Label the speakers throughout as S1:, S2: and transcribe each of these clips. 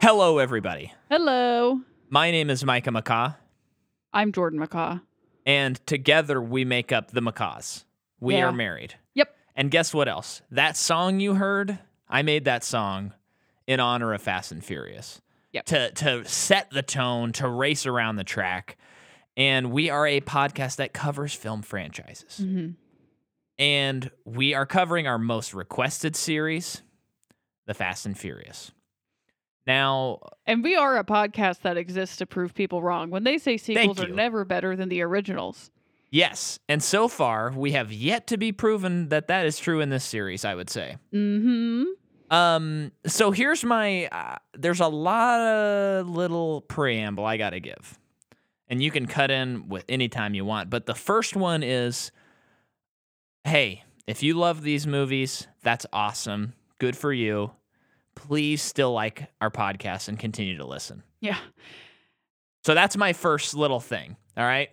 S1: Hello, everybody.
S2: Hello.
S1: My name is Micah McCaw,
S2: I'm Jordan McCaw.
S1: and together we make up the Macaws. We
S2: Yeah.
S1: are married.
S2: Yep.
S1: And guess what else? That song you heard, I made that song in honor of Fast and Furious.
S2: Yep.
S1: To to set the tone, to race around the track. And we are a podcast that covers film franchises.
S2: hmm
S1: And we are covering our most requested series, The Fast and Furious. Now,
S2: And we are a podcast that exists to prove people wrong. When they say sequels are
S1: you.
S2: never better than the originals,
S1: Yes. And so far, we have yet to be proven that that is true in this series, I would say.
S2: mm-hmm.
S1: Um, so here's my uh, there's a lot of little preamble I got to give. And you can cut in with any time you want, but the first one is hey, if you love these movies, that's awesome. Good for you. Please still like our podcast and continue to listen.
S2: yeah,
S1: So that's my first little thing. All right.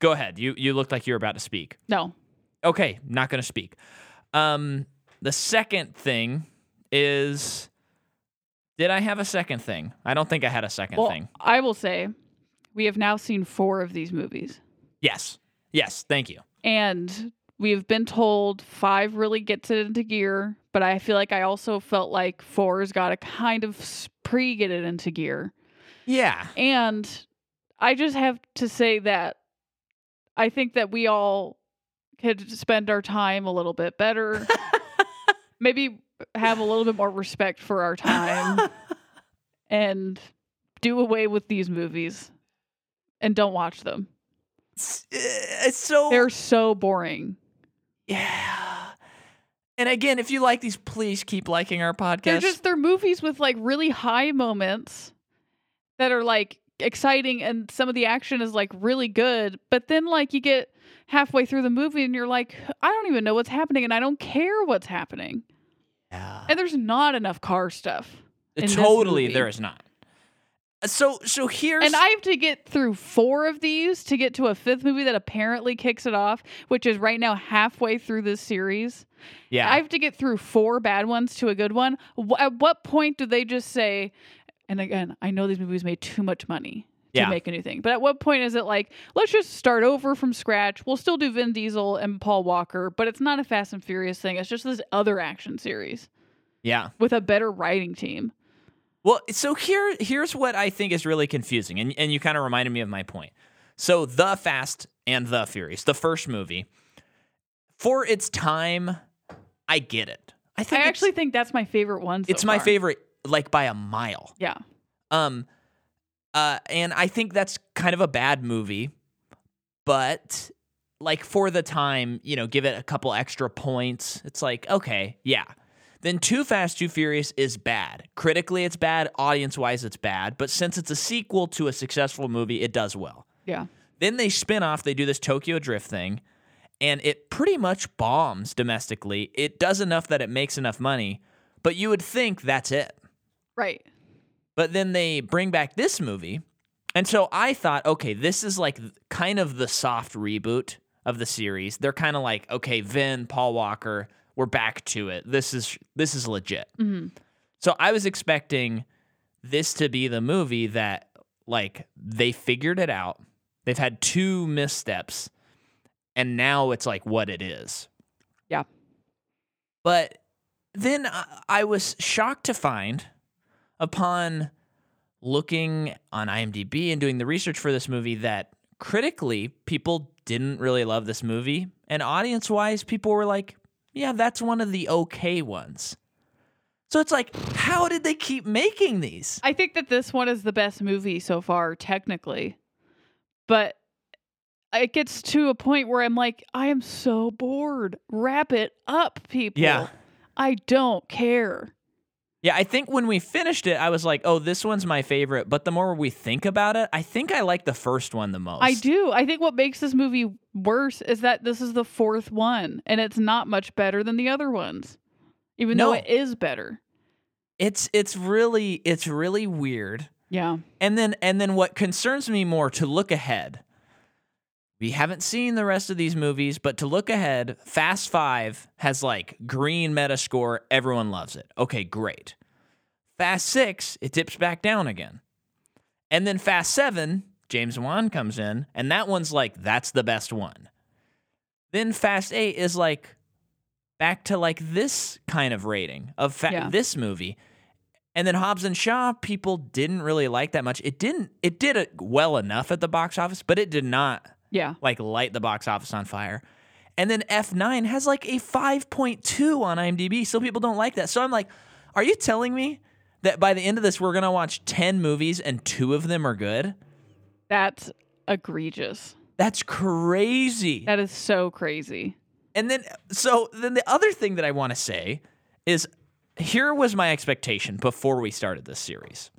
S1: Go ahead. You you looked like you were about to speak.
S2: no,
S1: okay, not going to speak. Um, the second thing is, did I have a second thing? I don't think I had a second
S2: well,
S1: thing.
S2: I will say we have now seen four of these movies,
S1: Yes, yes, thank you.
S2: and we have been told five really gets it into gear. But I feel like I also felt like four's got to kind of pre get it into gear.
S1: Yeah,
S2: And I just have to say that I think that we all could spend our time a little bit better. Maybe have a little bit more respect for our time and do away with these movies and don't watch them.
S1: it's, uh, it's so
S2: They're so boring.
S1: yeah. And again, if you like these, please keep liking our
S2: They're
S1: podcast.
S2: just they're movies with like really high moments that are like exciting and some of the action is like really good, but then like you get halfway through the movie and you're like I don't even know what's happening and I don't care what's happening.
S1: yeah.
S2: And there's not enough car stuff. in this
S1: totally,
S2: movie.
S1: there is not. So, so here's
S2: And I have to get through four of these to get to a fifth movie that apparently kicks it off, which is right now halfway through this series.
S1: yeah.
S2: I have to get through four bad ones to a good one. Wh- at what point do they just say, and again, I know these movies made too much money to
S1: Yeah.
S2: make a new thing, but at what point is it like, let's just start over from scratch? We'll still do Vin Diesel and Paul Walker, but it's not a Fast and Furious thing. It's just this other action series
S1: yeah.
S2: with a better writing team.
S1: Well, so here here's what I think is really confusing, and, and you kind of reminded me of my point. So the Fast and the Furious, the first movie, for its time, I get it. I
S2: I
S1: think it's-
S2: actually think that's my favorite one. so
S1: it's my
S2: far.
S1: favorite, like by a mile.
S2: Yeah.
S1: Um, uh, and I think that's kind of a bad movie, but like for the time, you know, give it a couple extra points. It's like, okay, yeah. Then Too Fast, Too Furious is bad. Critically, it's bad. Audience wise, it's bad. But since it's a sequel to a successful movie, it does well.
S2: Yeah.
S1: Then they spin off, they do this Tokyo Drift thing, and it pretty much bombs domestically. It does enough that it makes enough money, but you would think that's it.
S2: Right.
S1: But then they bring back this movie. And so I thought, okay, this is like th- kind of the soft reboot of the series. They're kind of like, okay, Vin, Paul Walker, we're back to it. This is this is legit.
S2: hmm
S1: So I was expecting this to be the movie that like they figured it out. They've had two missteps and now it's like what it is.
S2: Yeah.
S1: But then I, I was shocked to find upon looking on IMDb and doing the research for this movie that critically people didn't really love this movie and audience-wise people were like, "Yeah, that's one of the okay ones." So it's like, how did they keep making these?
S2: I think that this one is the best movie so far, technically. But it gets to a point where I'm like, I am so bored. Wrap it up, people.
S1: Yeah.
S2: I don't care.
S1: Yeah, I think when we finished it, I was like, oh, this one's my favorite. But the more we think about it, I think I like the first one the most.
S2: I do. I think what makes this movie worse is that this is the fourth one and it's not much better than the other ones, even
S1: No.
S2: though it is better.
S1: It's it's really it's really weird.
S2: Yeah.
S1: And then and then what concerns me more to look ahead. We haven't seen the rest of these movies, but to look ahead, Fast 5 has like green meta score, everyone loves it. Okay, great. Fast six, it dips back down again. And then Fast seven, James Wan comes in, and that one's like, that's the best one. Then Fast eight is like back to like this kind of rating of fa-
S2: Yeah.
S1: this movie. And then Hobbs and Shaw, people didn't really like that much. It didn't, it did it well enough at the box office, but it did not
S2: Yeah.
S1: like light the box office on fire. And then F9 has like a 5.2 on IMDb. Still, people don't like that. So I'm like, are you telling me that by the end of this, we're going to watch 10 movies and two of them are good?
S2: That's egregious.
S1: That's crazy.
S2: That is so crazy.
S1: And then, so then the other thing that I want to say is here was my expectation before we started this series.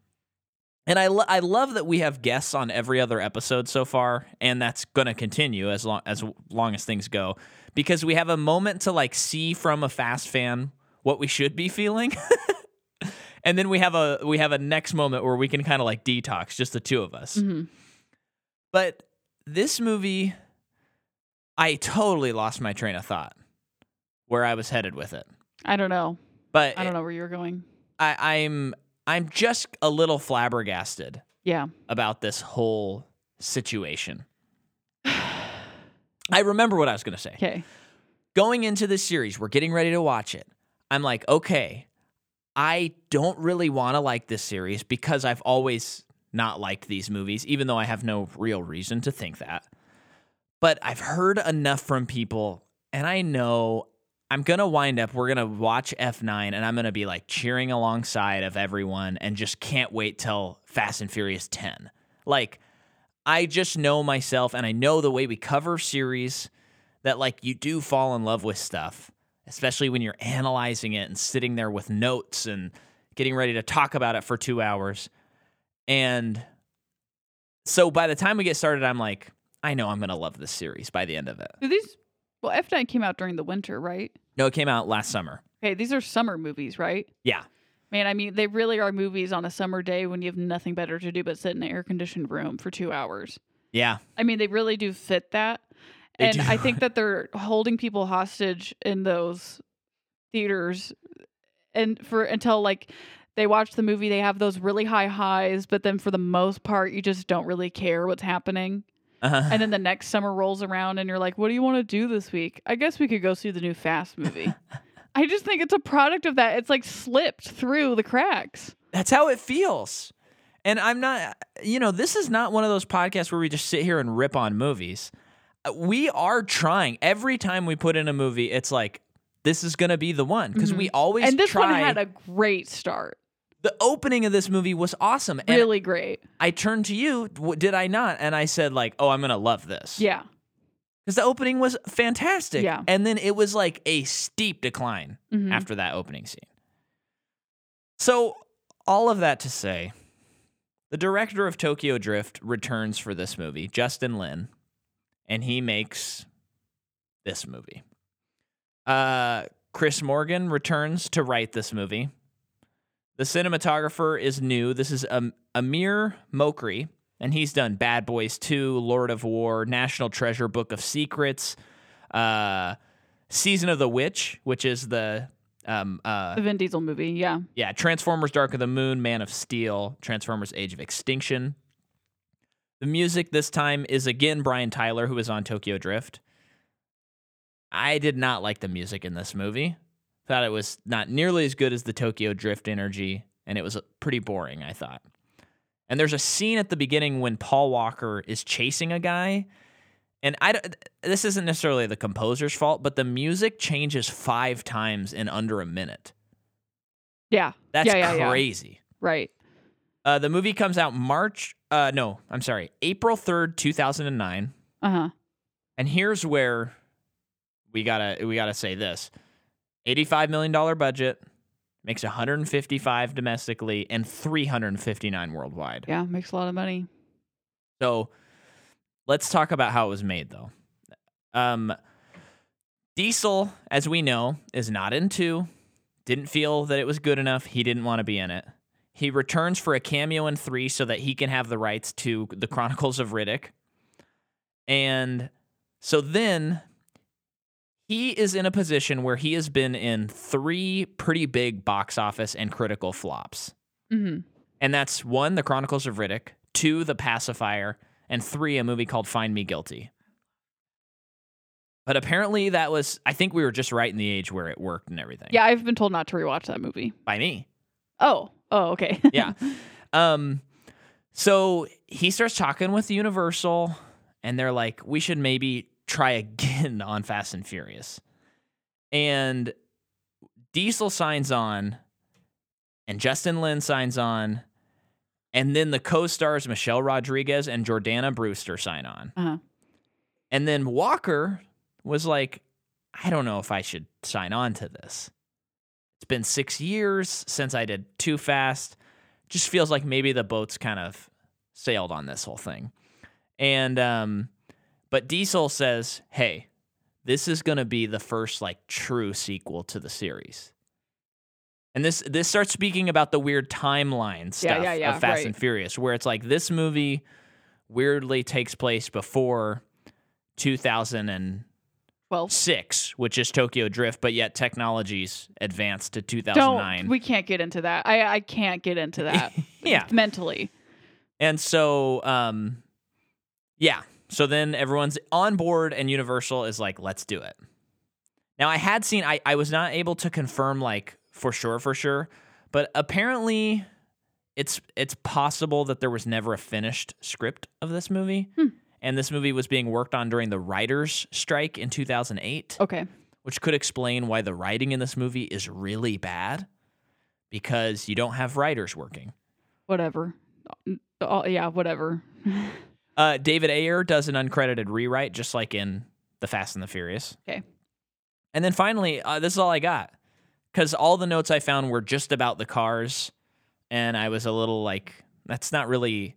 S1: And I, lo- I love that we have guests on every other episode so far, and that's going to continue as long as long as things go, because we have a moment to like see from a fast fan what we should be feeling, and then we have a we have a next moment where we can kind of like detox just the two of us.
S2: Mhm.
S1: But this movie, I totally lost my train of thought where I was headed with it.
S2: I don't know.
S1: But
S2: I don't know where you're going.
S1: I, am I'm just a little flabbergasted
S2: Yeah.
S1: about this whole situation. I remember what I was going to say.
S2: Okay.
S1: Going into this series, we're getting ready to watch it. I'm like, okay, I don't really want to like this series because I've always not liked these movies, even though I have no real reason to think that. But I've heard enough from people, and I know I'm going to wind up, we're going to watch F9, and I'm going to be like cheering alongside of everyone and just can't wait till Fast and Furious 10. Like, I just know myself, and I know the way we cover series that, like, you do fall in love with stuff especially when you're analyzing it and sitting there with notes and getting ready to talk about it for two hours. And so by the time we get started, I'm like, I know I'm going to love this series by the end of it.
S2: Do these well F9 came out during the winter, right?
S1: No, it came out last summer.
S2: Okay, these are summer movies, right?
S1: Yeah.
S2: Man, I mean, they really are movies on a summer day when you have nothing better to do but sit in an air conditioned room for two hours.
S1: Yeah.
S2: I mean, they really do fit that.
S1: They
S2: and
S1: do.
S2: I think that they're holding people hostage in those theaters and for until like they watch the movie, they have those really high highs, but then for the most part, you just don't really care what's happening.
S1: Uh-huh.
S2: And then the next summer rolls around and you're like, what do you want to do this week? I guess we could go see the new Fast movie. I just think it's a product of that. It's like slipped through the cracks.
S1: That's how it feels. And I'm not, you know, this is not one of those podcasts where we just sit here and rip on movies. Uh, We are trying. Every time we put in a movie, it's like, this is going to be the one because we always
S2: Mm-hmm. and this
S1: try.
S2: one had a great start.
S1: the opening of this movie was awesome. And
S2: Really great.
S1: I turned to you, w- did I not? And I said like, "Oh, I'm gonna love this."
S2: Yeah.
S1: because the opening was fantastic.
S2: Yeah.
S1: and then it was like a steep decline
S2: Mhm.
S1: after that opening scene. So all of that to say, the director of Tokyo Drift returns for this movie, Justin Lin, and he makes this movie. Uh, Chris Morgan returns to write this movie. The cinematographer is new. This is um, Amir Mokri, and he's done Bad Boys 2, Lord of War, National Treasure, Book of Secrets, uh, Season of the Witch, which is the um, uh,
S2: The Vin Diesel movie. Yeah.
S1: yeah, Transformers Dark of the Moon, Man of Steel, Transformers Age of Extinction. The music this time is again Brian Tyler, who is on Tokyo Drift. I did not like the music in this movie. Thought it was not nearly as good as the Tokyo Drift energy, and it was uh, pretty boring, I thought. And there's a scene at the beginning when Paul Walker is chasing a guy. And I don't- this isn't necessarily the composer's fault, but the music changes five times in under a minute.
S2: Yeah.
S1: That's
S2: Yeah, yeah, yeah.
S1: crazy.
S2: Right.
S1: Uh, the movie comes out March. Uh, no, I'm sorry, April third, two thousand and nine.
S2: Uh huh.
S1: And here's where we gotta we gotta say this: eighty five million dollar budget makes one hundred and fifty five domestically and three hundred and fifty nine worldwide.
S2: Yeah. Makes a lot of money.
S1: So let's talk about how it was made, though. Um, Diesel, as we know, is not in two. Didn't feel that it was good enough. He didn't want to be in it. He returns for a cameo in three so that he can have the rights to the Chronicles of Riddick. And so then he is in a position where he has been in three pretty big box office and critical flops.
S2: hmm
S1: And that's one, The Chronicles of Riddick, two, The Pacifier, and three, a movie called Find Me Guilty. But apparently, that was, I think we were just right in the age where it worked and everything.
S2: Yeah, I've been told not to rewatch that movie.
S1: By me.
S2: Oh, oh, okay.
S1: Yeah. Um, so he starts talking with Universal, and they're like, we should maybe try again on Fast and Furious. And Diesel signs on, and Justin Lin signs on, and then the co stars Michelle Rodriguez and Jordana Brewster sign on.
S2: Uh-huh.
S1: And then Walker was like, I don't know if I should sign on to this. It's been six years since I did Too Fast. Just feels like maybe the boat's kind of sailed on this whole thing. And, um, but Diesel says, hey, this is going to be the first like true sequel to the series. And this this starts speaking about the weird timeline stuff
S2: yeah, yeah,
S1: of Fast
S2: right.
S1: and Furious, where it's like this movie weirdly takes place before 2006,
S2: Well,
S1: which is Tokyo Drift, but yet technologies advanced to
S2: don't.
S1: 2009.
S2: We can't get into that. I I can't get into that
S1: yeah,
S2: mentally.
S1: and so um, yeah, so then everyone's on board, and Universal is like, "Let's do it." Now I had seen I I was not able to confirm like for sure for sure, but apparently it's it's possible that there was never a finished script of this movie.
S2: Hmm.
S1: And this movie was being worked on during the writers' strike in 2008.
S2: Okay.
S1: which could explain why the writing in this movie is really bad because you don't have writers working.
S2: Whatever. Oh, yeah. Whatever.
S1: Uh, David Ayer does an uncredited rewrite, just like in The Fast and the Furious.
S2: Okay.
S1: And then finally, uh, this is all I got because all the notes I found were just about the cars. And I was a little like, that's not really,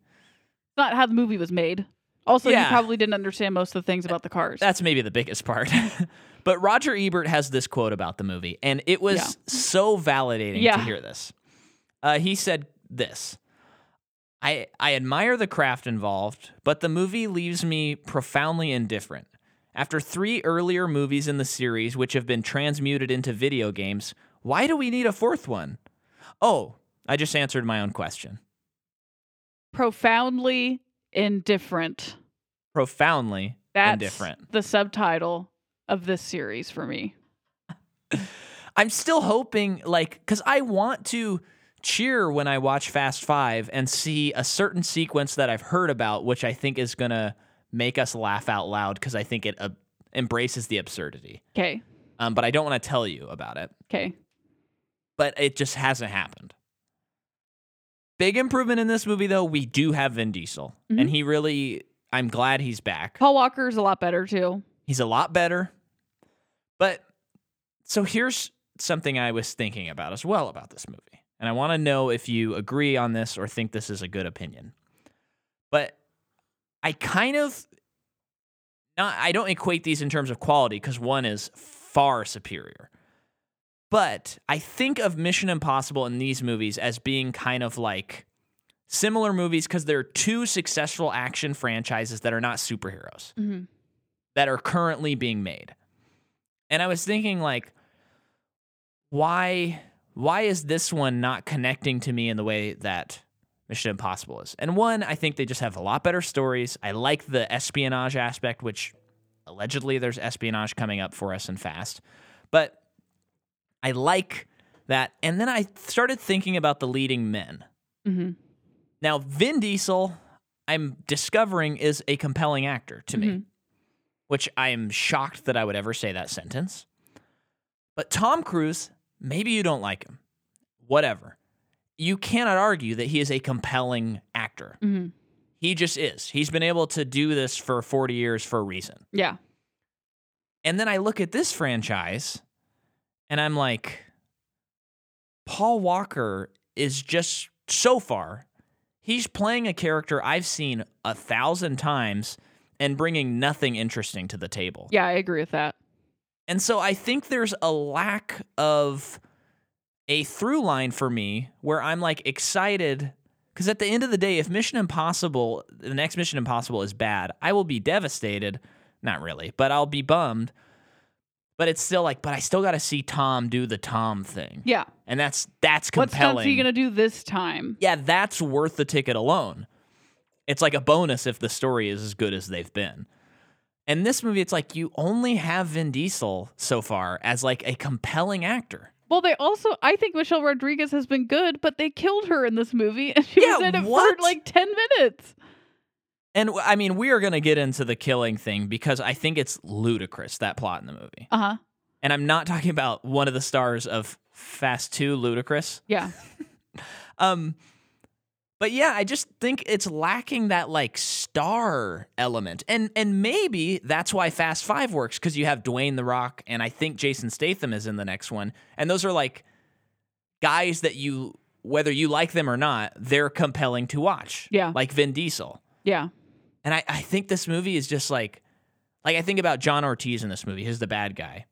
S2: not how the movie was made. Also,
S1: Yeah.
S2: you probably didn't understand most of the things about the cars.
S1: that's maybe the biggest part. but Roger Ebert has this quote about the movie, and it was
S2: Yeah.
S1: so validating to
S2: Yeah.
S1: hear this. Uh, he said this. I, I admire the craft involved, but the movie leaves me profoundly indifferent. After three earlier movies in the series, which have been transmuted into video games, why do we need a fourth one? Oh, I just answered my own question.
S2: profoundly indifferent.
S1: Profoundly
S2: That's
S1: indifferent.
S2: the subtitle of this series for me.
S1: I'm still hoping, like, because I want to cheer when I watch Fast Five and see a certain sequence that I've heard about, which I think is gonna make us laugh out loud because I think it uh, embraces the absurdity.
S2: Okay.
S1: Um, but I don't want to tell you about it.
S2: Okay.
S1: But it just hasn't happened. Big improvement in this movie, though. We do have Vin Diesel,
S2: Mhm.
S1: and he really. I'm glad he's back.
S2: Paul Walker's a lot better too.
S1: He's a lot better. But so here's something I was thinking about as well about this movie. And I want to know if you agree on this or think this is a good opinion. But I kind of not I don't equate these in terms of quality cuz one is far superior. But I think of Mission Impossible in these movies as being kind of like similar movies cuz they're two successful action franchises that are not superheroes
S2: Mhm.
S1: that are currently being made. And I was thinking like why why is this one not connecting to me in the way that Mission Impossible is? And one, I think they just have a lot better stories. I like the espionage aspect which allegedly there's espionage coming up for us in Fast. But I like that. And then I started thinking about the leading men.
S2: Mhm.
S1: Now, Vin Diesel, I'm discovering, is a compelling actor to me,
S2: Mhm.
S1: which I am shocked that I would ever say that sentence. But Tom Cruise, maybe you don't like him. Whatever. You cannot argue that he is a compelling actor.
S2: Mhm.
S1: He just is. He's been able to do this for 40 years for a reason.
S2: Yeah.
S1: And then I look at this franchise and I'm like, Paul Walker is just so far, he's playing a character I've seen a thousand times and bringing nothing interesting to the table.
S2: Yeah, I agree with that.
S1: And so I think there's a lack of a through line for me where I'm like excited because at the end of the day, if Mission Impossible, the next Mission Impossible is bad, I will be devastated. Not really, but I'll be bummed. But it's still like, but I still got to see Tom do the Tom thing,
S2: Yeah.
S1: and that's that's
S2: What
S1: compelling.
S2: stunts are you gonna do this time?
S1: yeah, that's worth the ticket alone. It's like a bonus if the story is as good as they've been. And this movie, it's like you only have Vin Diesel so far as like a compelling actor.
S2: Well, they also I think Michelle Rodriguez has been good, but they killed her in this movie, and she was
S1: Yeah,
S2: in it
S1: what?
S2: for like ten minutes.
S1: And w- I mean, we are going to get into the killing thing because I think it's ludicrous, that plot in the movie.
S2: Uh huh.
S1: And I'm not talking about one of the stars of Fast 2, Ludicrous.
S2: Yeah.
S1: Um, but yeah, I just think it's lacking that like star element, and and maybe that's why Fast Five works because you have Dwayne the Rock, and I think Jason Statham is in the next one, and those are like guys that you whether you like them or not, they're compelling to watch.
S2: Yeah.
S1: like Vin Diesel,
S2: Yeah.
S1: and I I think this movie is just like like I think about John Ortiz in this movie. He's the bad guy.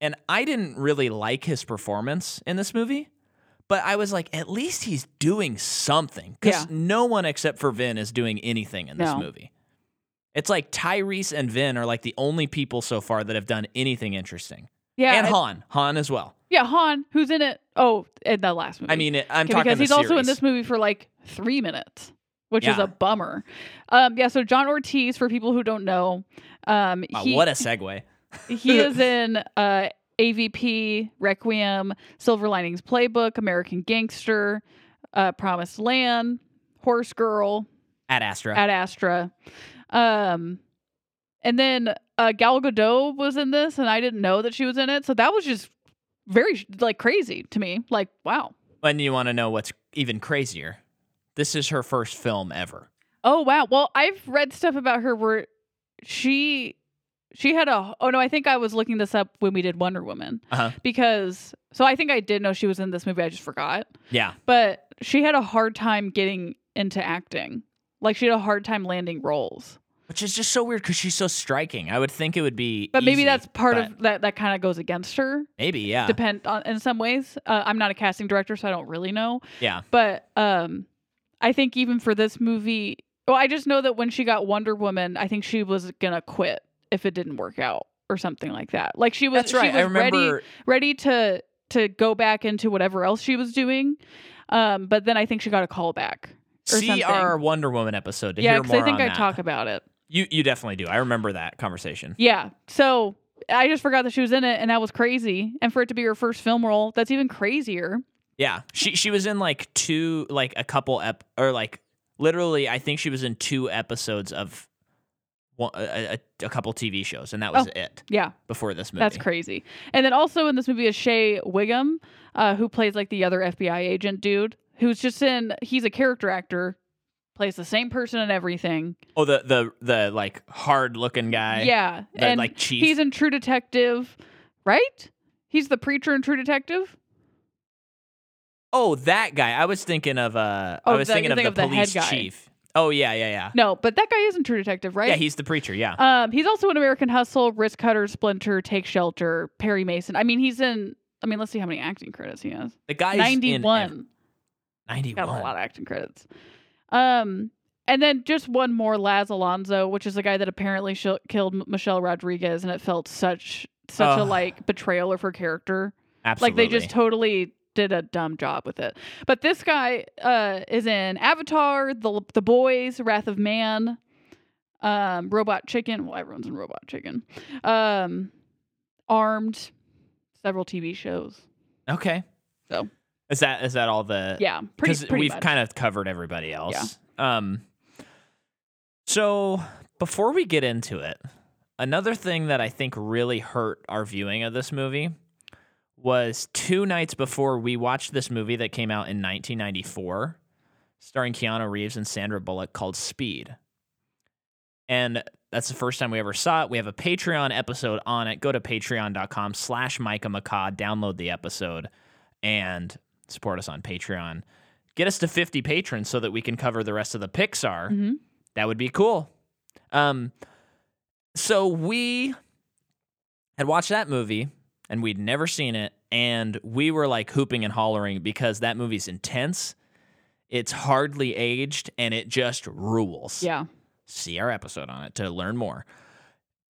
S1: And I didn't really like his performance in this movie, but I was like, at least he's doing something. Because
S2: Yeah.
S1: no one except for Vin is doing anything in this
S2: No.
S1: movie. It's like Tyrese and Vin are like the only people so far that have done anything interesting.
S2: Yeah.
S1: and
S2: it-
S1: Han. Han as well.
S2: Yeah, Han, who's in it? Oh, in the last movie.
S1: I mean, it, I'm
S2: Okay,
S1: talking
S2: because he's
S1: the
S2: also in
S1: series.
S2: this movie for like three minutes, which is
S1: Yeah.
S2: a bummer. Um, yeah, so John Ortiz, for people who don't know, um,
S1: Wow,
S2: he
S1: what a segue.
S2: he is in uh, AVP, Requiem, Silver Linings Playbook, American Gangster, uh, Promised Land, Horse Girl,
S1: At Astra.
S2: Ad Astra, um, and then uh, Gal Gadot was in this, and I didn't know that she was in it, so that was just very like crazy to me. Like, wow.
S1: and you want to know what's even crazier? This is her first film ever.
S2: Oh wow. Well, I've read stuff about her where she she had a oh no, I think I was looking this up when we did Wonder Woman
S1: Uh-huh.
S2: because so I think I did know she was in this movie. I just forgot.
S1: Yeah.
S2: But she had a hard time getting into acting. Like she had a hard time landing roles.
S1: Which is just so weird because she's so striking. I would think it would be.
S2: But maybe
S1: easy,
S2: that's part
S1: but
S2: of that that kind of goes against her.
S1: Maybe, yeah.
S2: Depend on in some ways. Uh, I'm not a casting director, so I don't really know.
S1: yeah.
S2: But um I think even for this movie, well, I just know that when she got Wonder Woman, I think she was gonna quit if it didn't work out or something like that. Like she was,
S1: That's right.
S2: she was
S1: I remember.
S2: ready ready to to go back into whatever else she was doing. Um, but then I think she got a call back. or
S1: See
S2: something.
S1: our Wonder Woman episode to
S2: yeah,
S1: hear
S2: because
S1: more
S2: I think
S1: on
S2: I
S1: that.
S2: talk about it.
S1: you you definitely do. I remember that conversation.
S2: Yeah. So I just forgot that she was in it and that was crazy. And for it to be her first film role, that's even crazier.
S1: Yeah, she she was in like two, like a couple ep, or like literally, I think she was in two episodes of one, a, a, a couple TV shows, and that was it
S2: Yeah.
S1: before this movie.
S2: Oh. That's crazy. And then also in this movie is Shay Wiggum, uh, who plays like the other FBI agent dude, who's just in. He's a character actor, plays the same person in everything.
S1: Oh, the the the like hard looking guy.
S2: yeah,
S1: the,
S2: and
S1: like chief.
S2: he's in True Detective, right? He's the preacher in True Detective.
S1: oh, that guy. I was thinking of uh, I
S2: Oh,
S1: was
S2: the-
S1: thinking
S2: you
S1: of
S2: think
S1: the
S2: of the head
S1: police
S2: guy.
S1: chief. Oh yeah, yeah, yeah.
S2: No, but that guy is in True Detective, right?
S1: Yeah, he's the preacher. Yeah.
S2: um, he's also in American Hustle, Risk Cutter, Splinter, Take Shelter, Perry Mason. I mean, he's in. I mean, let's see how many acting credits he has.
S1: The guy's
S2: Ninety-one.
S1: Ninety
S2: got a
S1: one.
S2: lot of acting credits. Um, and then just one more, Laz Alonso, which is the guy that apparently sh- killed M- Michelle Rodriguez, and it felt such such a
S1: Ugh.
S2: like betrayal of her character.
S1: Absolutely.
S2: Like they just totally did a dumb job with it. But this guy uh, is in Avatar, the the Boys, Wrath of Man, um, Robot Chicken. Well, everyone's in Robot Chicken. Um, Armed, several TV shows.
S1: okay.
S2: So.
S1: is that is that all the
S2: Yeah, pretty, pretty
S1: we've
S2: much.
S1: kind of covered everybody else. Um. So before we get into it, another thing that I think really hurt our viewing of this movie was two nights before we watched this movie that came out in 1994, starring Keanu Reeves and Sandra Bullock, called Speed. And that's the first time we ever saw it. We have a Patreon episode on it. Go to patreon.com slash Micah McCaw, download the episode, and support us on Patreon. Get us to 50 patrons so that we can cover the rest of the Pixar.
S2: Mhm.
S1: That would be cool. Um, so we had watched that movie and we'd never seen it, and we were like hooping and hollering because that movie's intense. It's hardly aged and it just rules.
S2: Yeah.
S1: See our episode on it to learn more.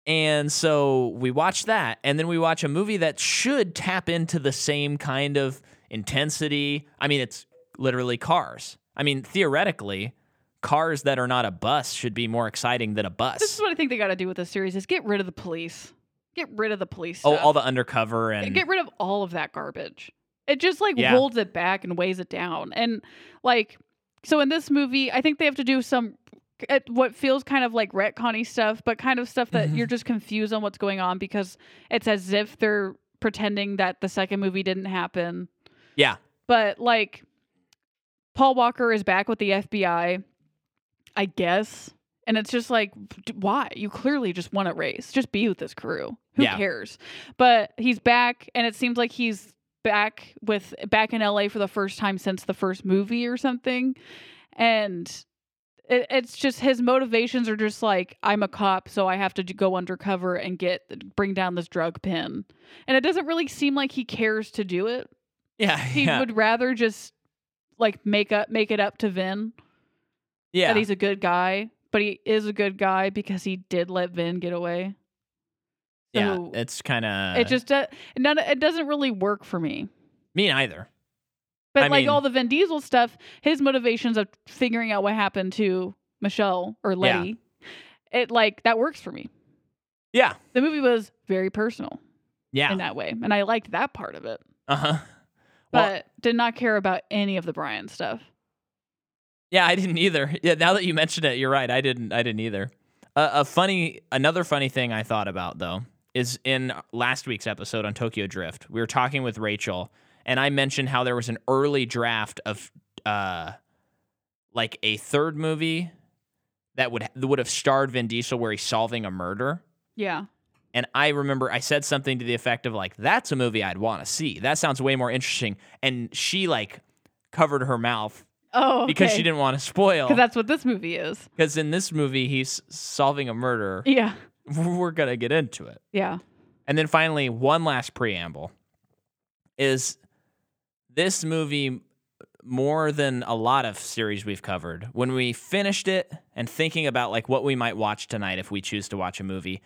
S1: And so we watch that, and then we watch a movie that should tap into the same kind of intensity. I mean, it's literally cars. I mean, theoretically, cars that are not a bus should be more exciting than a
S2: This is
S1: bus.
S2: what I think they got to do with this series: is get rid of the police, get rid of the police.
S1: Oh,
S2: stuff.
S1: all the undercover and
S2: get rid of all of that garbage. It just like
S1: Yeah.
S2: holds it back and weighs it down. And like, so in this movie, I think they have to do some at what feels kind of like retconny stuff, but kind of stuff that
S1: Mhm.
S2: you're just confused on what's going on because it's as if they're pretending that the second movie didn't happen.
S1: yeah,
S2: But like, Paul Walker is back with the FBI, I guess. And it's just like, d- why? You clearly just want to race. Just be with this crew. Who
S1: Yeah.
S2: cares? But he's back, and it seems like he's back with back in LA for the first time since the first movie or something. And it, it's just his motivations are just like, I'm a cop, so I have to d- go undercover and get bring down this drug pin. And it doesn't really seem like he cares to do it
S1: yeah,
S2: he
S1: yeah,
S2: would rather just like make up make it up to Vin
S1: yeah.
S2: that he's a good guy, but he is a good guy because he did let Vin get away.
S1: yeah.
S2: so-
S1: It's kind of
S2: it just uh, none it doesn't really work for me.
S1: me neither.
S2: But
S1: I
S2: like
S1: mean-
S2: all the Vin Diesel stuff, his motivations of figuring out what happened to Michelle or Letty, it like that works for me.
S1: Yeah,
S2: The movie was very personal
S1: yeah,
S2: in that way, and I liked that part of it,
S1: uh huh.
S2: but
S1: Well-
S2: did not care about any of the Brian stuff.
S1: Yeah, I didn't either. Yeah, now that you mentioned it, you're right. I didn't. I didn't either. Uh, a funny, another funny thing I thought about though is in last week's episode on Tokyo Drift, we were talking with Rachel, and I mentioned how there was an early draft of uh, like a third movie that would that would have starred Vin Diesel where he's solving a murder.
S2: Yeah,
S1: And I remember I said something to the effect of like, "That's a movie I'd want to see. That sounds way more interesting." And she like covered her mouth
S2: oh,
S1: because she didn't want to spoil.
S2: because that's what this movie is.
S1: Because in this movie, he's solving a murder.
S2: Yeah.
S1: We're going to get into it.
S2: Yeah.
S1: And then finally, one last preamble is this movie, more than a lot of series we've covered, when we finished it and thinking about like what we might watch tonight if we choose to watch a movie,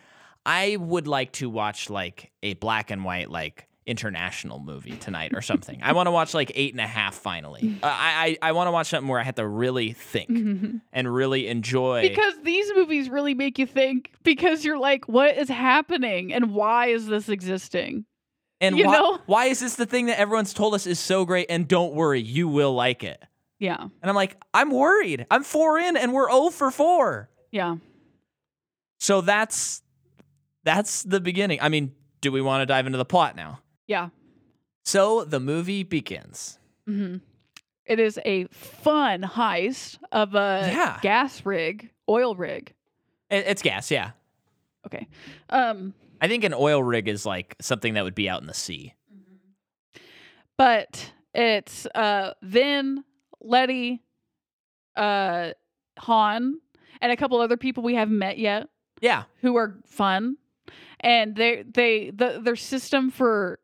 S1: I would like to watch like a black and white, like international movie tonight or something. I want to watch like eight and a half finally. I, I, I want to watch something where I had to really think and really enjoy.
S2: Mm-hmm. Because these movies really make you think because you're like, what is happening and why is this existing?
S1: And
S2: You
S1: why,
S2: know?
S1: why is this the thing that everyone's told us is so great? And don't worry, you will like it.
S2: Yeah.
S1: And I'm like, I'm worried. I'm four in, and we're 0 for four.
S2: Yeah.
S1: So that's that's the beginning. I mean, do we want to dive into the plot now?
S2: Yeah.
S1: So the movie begins.
S2: Mhm. It is a fun heist of a
S1: Yeah.
S2: gas rig, oil rig.
S1: It- It's gas, yeah.
S2: Okay. Um,
S1: I think an oil rig is like something that would be out in the sea.
S2: but it's uh Vin, Letty, uh Han, and a couple other people we haven't met yet.
S1: Yeah,
S2: who are fun and they they the, their system for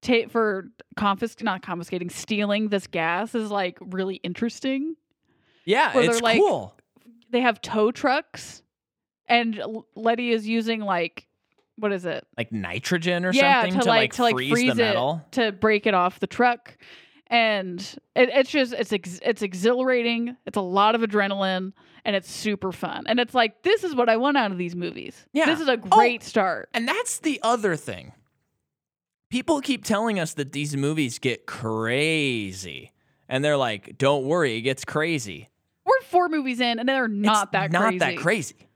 S2: ta- for confisc not confiscating stealing this gas is like really interesting
S1: yeah,
S2: Where they're
S1: it's
S2: like-
S1: cool.
S2: they have tow trucks and L- letty is using like what is it
S1: Like nitrogen or
S2: Yeah,
S1: something
S2: to,
S1: to
S2: like-
S1: like,
S2: to, like,
S1: freeze,
S2: freeze
S1: the
S2: it.
S1: metal.
S2: to break it off the truck and it, it's just it's ex- it's exhilarating it's a lot of adrenaline and it's super fun and it's like this is what i want out of these movies
S1: Yeah. Oh,
S2: this is a great start
S1: And that's the other thing. People keep telling us that these movies get crazy. And they're like, don't worry, it gets crazy.
S2: we're four movies in and they're not
S1: It's
S2: that
S1: not
S2: crazy.
S1: that crazy.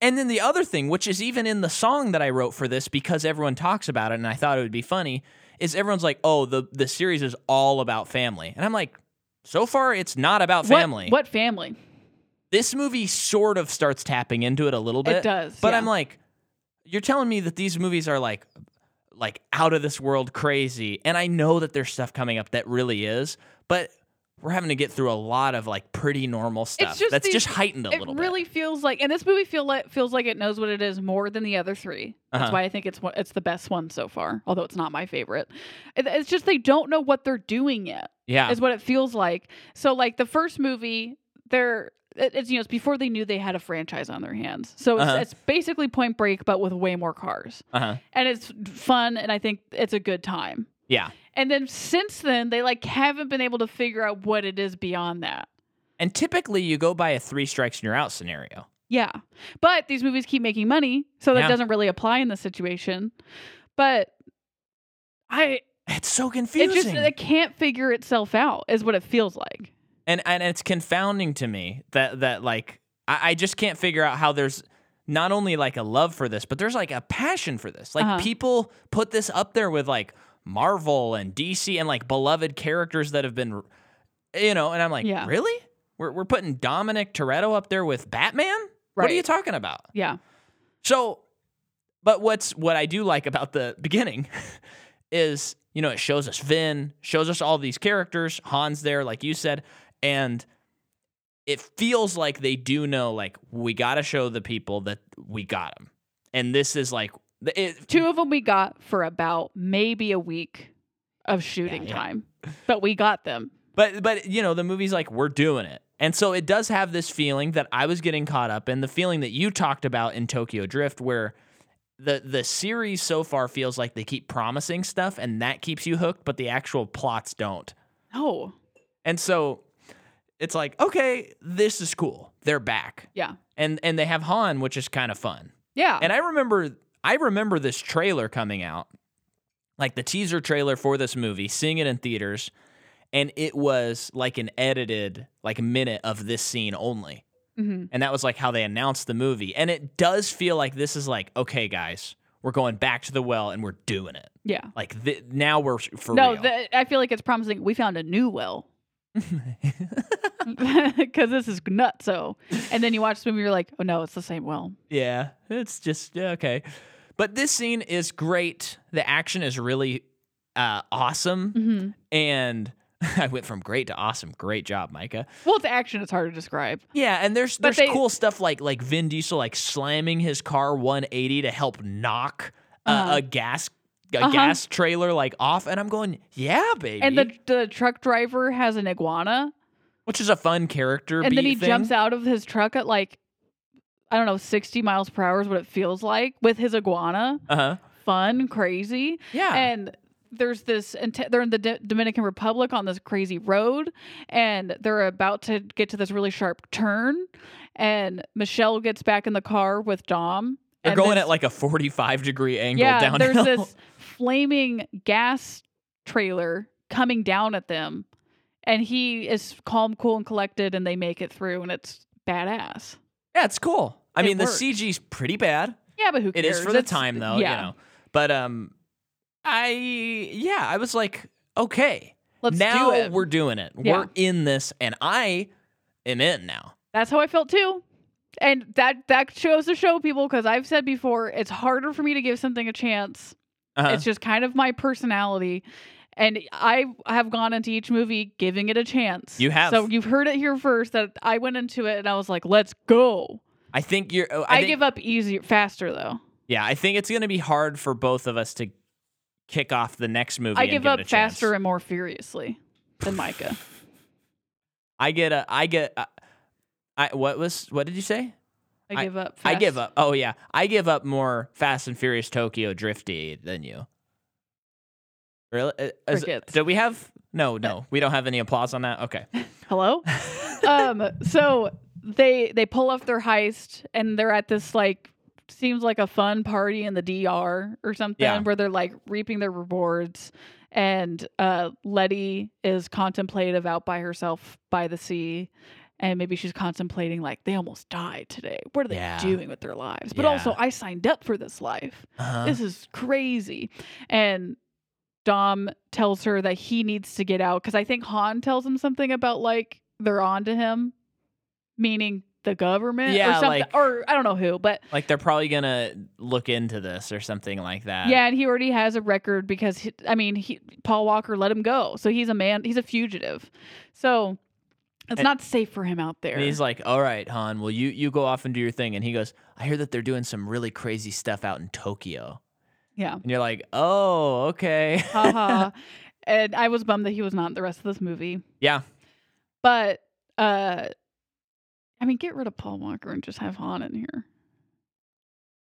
S1: And then the other thing, which is even in the song that I wrote for this because everyone talks about it and I thought it would be funny, is everyone's like, oh, the, the series is all about family. And I'm like, so far, it's not about
S2: What-
S1: family.
S2: What, family?
S1: This movie sort of starts tapping into it a little bit.
S2: it does.
S1: But
S2: yeah.
S1: I'm like, you're telling me that these movies are like, like out of this world crazy, and I know that there's stuff coming up that really is, but we're having to get through a lot of like pretty normal stuff
S2: just
S1: that's
S2: these-
S1: just heightened a
S2: it
S1: little
S2: really
S1: bit.
S2: feels like, and this movie feel like, feels like it knows what it is more than the other three. That's
S1: Uh-huh.
S2: why I think it's one, it's the best one so far. Although it's not my favorite. It- It's just they don't know what they're doing yet.
S1: Yeah,
S2: Is what it feels like. So like the first movie, they're it- it's you know it's before they knew they had a franchise on their hands. So it's,
S1: Uh-huh.
S2: it's basically Point Break, but with way more cars,
S1: Uh huh.
S2: and it's fun, and I think it's a good time.
S1: Yeah.
S2: And then since then, they like haven't been able to figure out what it is beyond that.
S1: And typically, you go by a three strikes and you're out scenario.
S2: Yeah. But these movies keep making money, so that
S1: Yeah.
S2: doesn't really apply in this situation. But I
S1: It's so
S2: it
S1: confusing.
S2: just it can't figure itself out is what it feels like.
S1: and and it's confounding to me that that like I, I just can't figure out how there's not only like a love for this, but there's like a passion for this. Like
S2: Uh-huh.
S1: people put this up there with like Marvel and DC and like beloved characters that have been, you know. And I'm like,
S2: Yeah.
S1: really? We're we're putting Dominic Toretto up there with Batman? What are
S2: Right.
S1: you talking about?
S2: Yeah.
S1: So, but what's what I do like about the beginning is, you know, it shows us Vin, shows us all these characters, Han's there, like you said, and it feels like they do know, like, we got to show the people that we got them. And this is like, the- it,
S2: Two of them we got for about maybe a week of shooting
S1: yeah.
S2: time. But we got them.
S1: but, but, you know, the movie's like, we're doing it. And so it does have this feeling that I was getting caught up in, the feeling that you talked about in Tokyo Drift, where the the series so far feels like they keep promising stuff and that keeps you hooked, but the actual plots don't.
S2: No.
S1: And so it's like, okay, this is cool. They're back.
S2: Yeah.
S1: And and they have Han, which is kind of fun.
S2: Yeah.
S1: And I remember I remember this trailer coming out, like the teaser trailer for this movie, seeing it in theaters, and it was like an edited like minute of this scene only.
S2: Mhm.
S1: And that was like how they announced the movie. And it does feel like this is like, okay, guys, we're going back to the well and we're doing it.
S2: Yeah.
S1: Like th- now we're for
S2: no,
S1: real.
S2: th- I feel like it's promising we found a new well. Because this is nuts. So, and then you watch the movie, you're like, oh no, it's the same well.
S1: Yeah, it's just yeah, okay. But this scene is great. The action is really uh, awesome,
S2: Mm-hmm.
S1: and I went from great to awesome. Great job, Micah.
S2: Well, it's action. It's hard to describe.
S1: Yeah, and there's
S2: But
S1: there's
S2: they-
S1: cool stuff like like Vin Diesel like slamming his car 180 to help knock uh,
S2: Uh-huh.
S1: a gas a
S2: Uh-huh.
S1: gas trailer like off, and I'm going, yeah, baby,
S2: And the, the truck driver has an iguana,
S1: which is a fun character.
S2: and then
S1: beat
S2: he
S1: thing.
S2: jumps out of his truck at like, I don't know, sixty miles per hour is what it feels like with his iguana.
S1: Uh huh.
S2: Fun, crazy,
S1: Yeah.
S2: and there's this. And they're in the D- Dominican Republic on this crazy road, and they're about to get to this really sharp turn, and Michelle gets back in the car with Dom.
S1: They're
S2: and
S1: going
S2: this-
S1: at like a 45 degree angle
S2: yeah,
S1: downhill.
S2: There's this flaming gas trailer coming down at them, and he is calm, cool, and collected, and they make it through, and it's badass.
S1: yeah, it's cool. I
S2: It
S1: mean,
S2: works.
S1: the CG's pretty bad.
S2: Yeah, but who
S1: It
S2: cares?
S1: is for the
S2: It's-
S1: time though,
S2: Yeah,
S1: you know. But um I yeah, I was like, okay.
S2: let's
S1: now
S2: do it.
S1: we're doing it.
S2: Yeah.
S1: We're in this and I am in now.
S2: That's how I felt too. And that that shows the show people because I've said before it's harder for me to give something a chance.
S1: Uh-huh.
S2: It's just kind of my personality. And I have gone into each movie giving it a chance.
S1: You have.
S2: So you've heard it here first that I went into it and I was like, let's go.
S1: I think you're oh, I,
S2: I,
S1: think,
S2: give up easier, faster though.
S1: Yeah, I think it's going to be hard for both of us to kick off the next movie
S2: I
S1: and
S2: give
S1: give it
S2: up
S1: a chance.
S2: faster and more furiously than Micah.
S1: I get a I get a, I what was what did you say?
S2: I give up.
S1: I give
S2: fast.
S1: up. Oh yeah. I give up more Fast and Furious Tokyo drifty than you. Really? Uh, is-
S2: Crickets.
S1: do we have No, no. We don't have any applause on that. Okay.
S2: Hello. um. So they they pull off their heist and they're at this like seems like a fun party in the DR or something
S1: Yeah.
S2: where they're like reaping their rewards. And uh, Letty is contemplative out by herself by the sea. And maybe she's contemplating, like, they almost died today. What are they
S1: Yeah.
S2: doing with their lives? But
S1: Yeah.
S2: also, I signed up for this life.
S1: Uh-huh.
S2: this is crazy and dom tells her that he needs to get out because i think han tells him something about like they're on to him meaning the government or
S1: Yeah,
S2: something
S1: like-
S2: or i don't know who but
S1: Like they're probably gonna look into this or something like that.
S2: yeah and he already has a record because he, i mean he, paul walker let him go so he's a man he's a fugitive so it's
S1: And-
S2: not safe for him out there
S1: And he's like, "All right, Han. Well, you you go off and do your thing." And he goes, "I hear that they're doing some really crazy stuff out in Tokyo."
S2: yeah
S1: And you're like, "Oh, okay."
S2: haha. and I was bummed that he was not in the rest of this movie.
S1: Yeah.
S2: But uh I mean, get rid of Paul Walker and just have Han in here.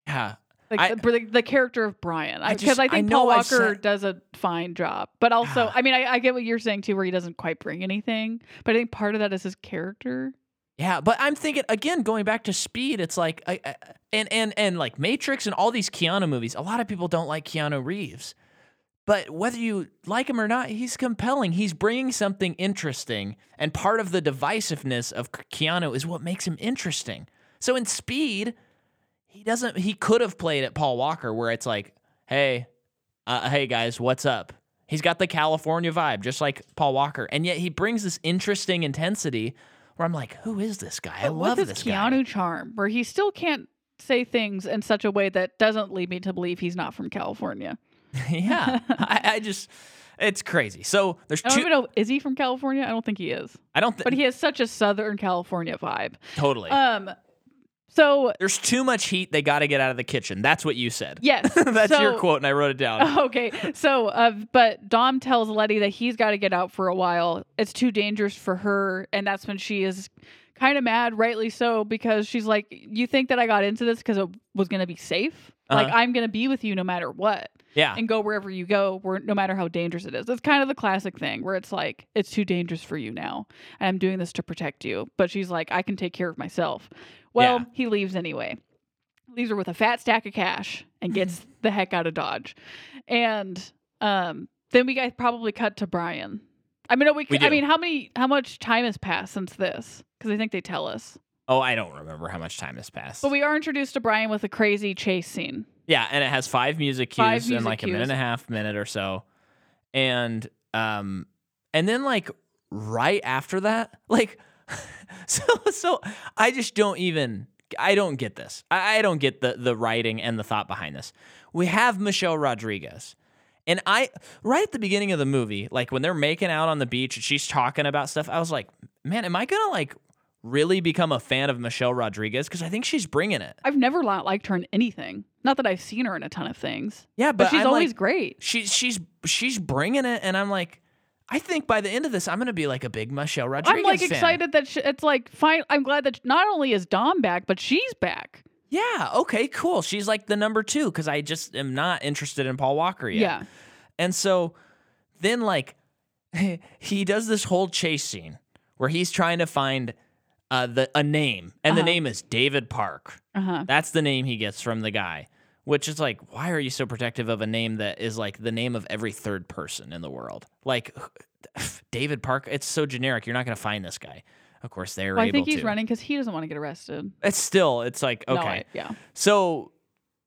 S1: Yeah.
S2: Like
S1: I-
S2: the, the, the character of Brian,
S1: I
S2: because
S1: just-
S2: I,
S1: I
S2: think
S1: know
S2: Paul
S1: I've
S2: Walker
S1: said- Ah.
S2: does a fine job, but also, I mean, I, I get what you're saying too, where he doesn't quite bring anything, but I think part of that is his character.
S1: Yeah, but I'm thinking again, going back to Speed, it's like, I, I, and and and like Matrix and all these Keanu movies. A lot of people don't like Keanu Reeves, but whether you like him or not, he's compelling. He's bringing something interesting, and part of the divisiveness of Keanu is what makes him interesting. So in Speed, he doesn't. He could have played at Paul Walker, where it's like, hey, uh, hey guys, what's up? He's got the California vibe, just like Paul Walker, and yet he brings this interesting intensity. Where I'm like, who is this guy? I
S2: But
S1: love
S2: what's
S1: this
S2: his
S1: guy.
S2: Keanu charm, where he still can't say things in such a way that doesn't lead me to believe he's not from California.
S1: yeah, I, I just, it's crazy. So there's
S2: I don't
S1: two.
S2: even know is he from California. I don't think he is,
S1: I don't think
S2: Oh, but he has such a Southern California vibe.
S1: totally.
S2: Um, so
S1: there's too much heat. They got to get out of the kitchen. That's what you said.
S2: yes,
S1: That's your
S2: so- Oh.
S1: quote, and I wrote it down.
S2: Okay, so uh, but Dom tells Letty that he's got to get out for a while. It's too dangerous for her, and that's when she is kind of mad, rightly so, because she's like, "You think that I got into this because it was gonna be safe? Like
S1: Uh-huh.
S2: I'm gonna be with you no matter what."
S1: Yeah,
S2: and go wherever you go, where, no matter how dangerous it is. It's kind of the classic thing where it's like, it's too dangerous for you now. And I'm doing this to protect you. But she's like, I can take care of myself. Well,
S1: Yeah.
S2: he leaves anyway. Leaves her with a fat stack of cash and
S1: Mm-hmm.
S2: gets the heck out of Dodge. And um, then we got probably cut to Brian. I mean, we,
S1: We
S2: I
S1: do.
S2: mean, how many, how much time has passed since this? Because I think they tell us.
S1: Oh, I don't remember how much time has passed.
S2: But we are introduced to Brian with a crazy chase scene.
S1: yeah, and it has five music cues
S2: Five
S1: and
S2: music
S1: like a minute
S2: cues.
S1: and a half minute or so. And um and then like right after that, like so so I just don't even I don't get this. I, I don't get the the writing and the thought behind this. We have Michelle Rodriguez. And I right at the beginning of the movie, like when they're making out on the beach and she's talking about stuff, I was like, man, am I gonna like really become a fan of Michelle Rodriguez? Because I think she's bringing it.
S2: I've never li- liked her in anything. Not that I've seen her in a ton of things.
S1: Yeah,
S2: but,
S1: but,
S2: she's
S1: I'm
S2: always
S1: like,
S2: great.
S1: she she's she's bringing it, and I'm like, I think by the end of this, I'm gonna be like a big Michelle Rodriguez.
S2: I'm like
S1: fan.
S2: excited that she, it's like fine. I'm glad that not only is Dom back, but she's back.
S1: Yeah. Okay. Cool. She's like the number two because I just am not interested in Paul Walker yet.
S2: Yeah,
S1: And so then like he does this whole chase scene where he's trying to find uh, the a name, and the
S2: Uh-huh.
S1: name is David Park.
S2: uh huh.
S1: That's the name he gets from the guy. Which is like, why are you so protective of a name that is like the name of every third person in the world? Like David Park, it's so generic. You're not going to find this guy. Of course, they're
S2: Well, I
S1: able
S2: think he's
S1: to.
S2: running because he doesn't want to get arrested.
S1: It's still, it's like
S2: No,
S1: okay.
S2: I- yeah.
S1: so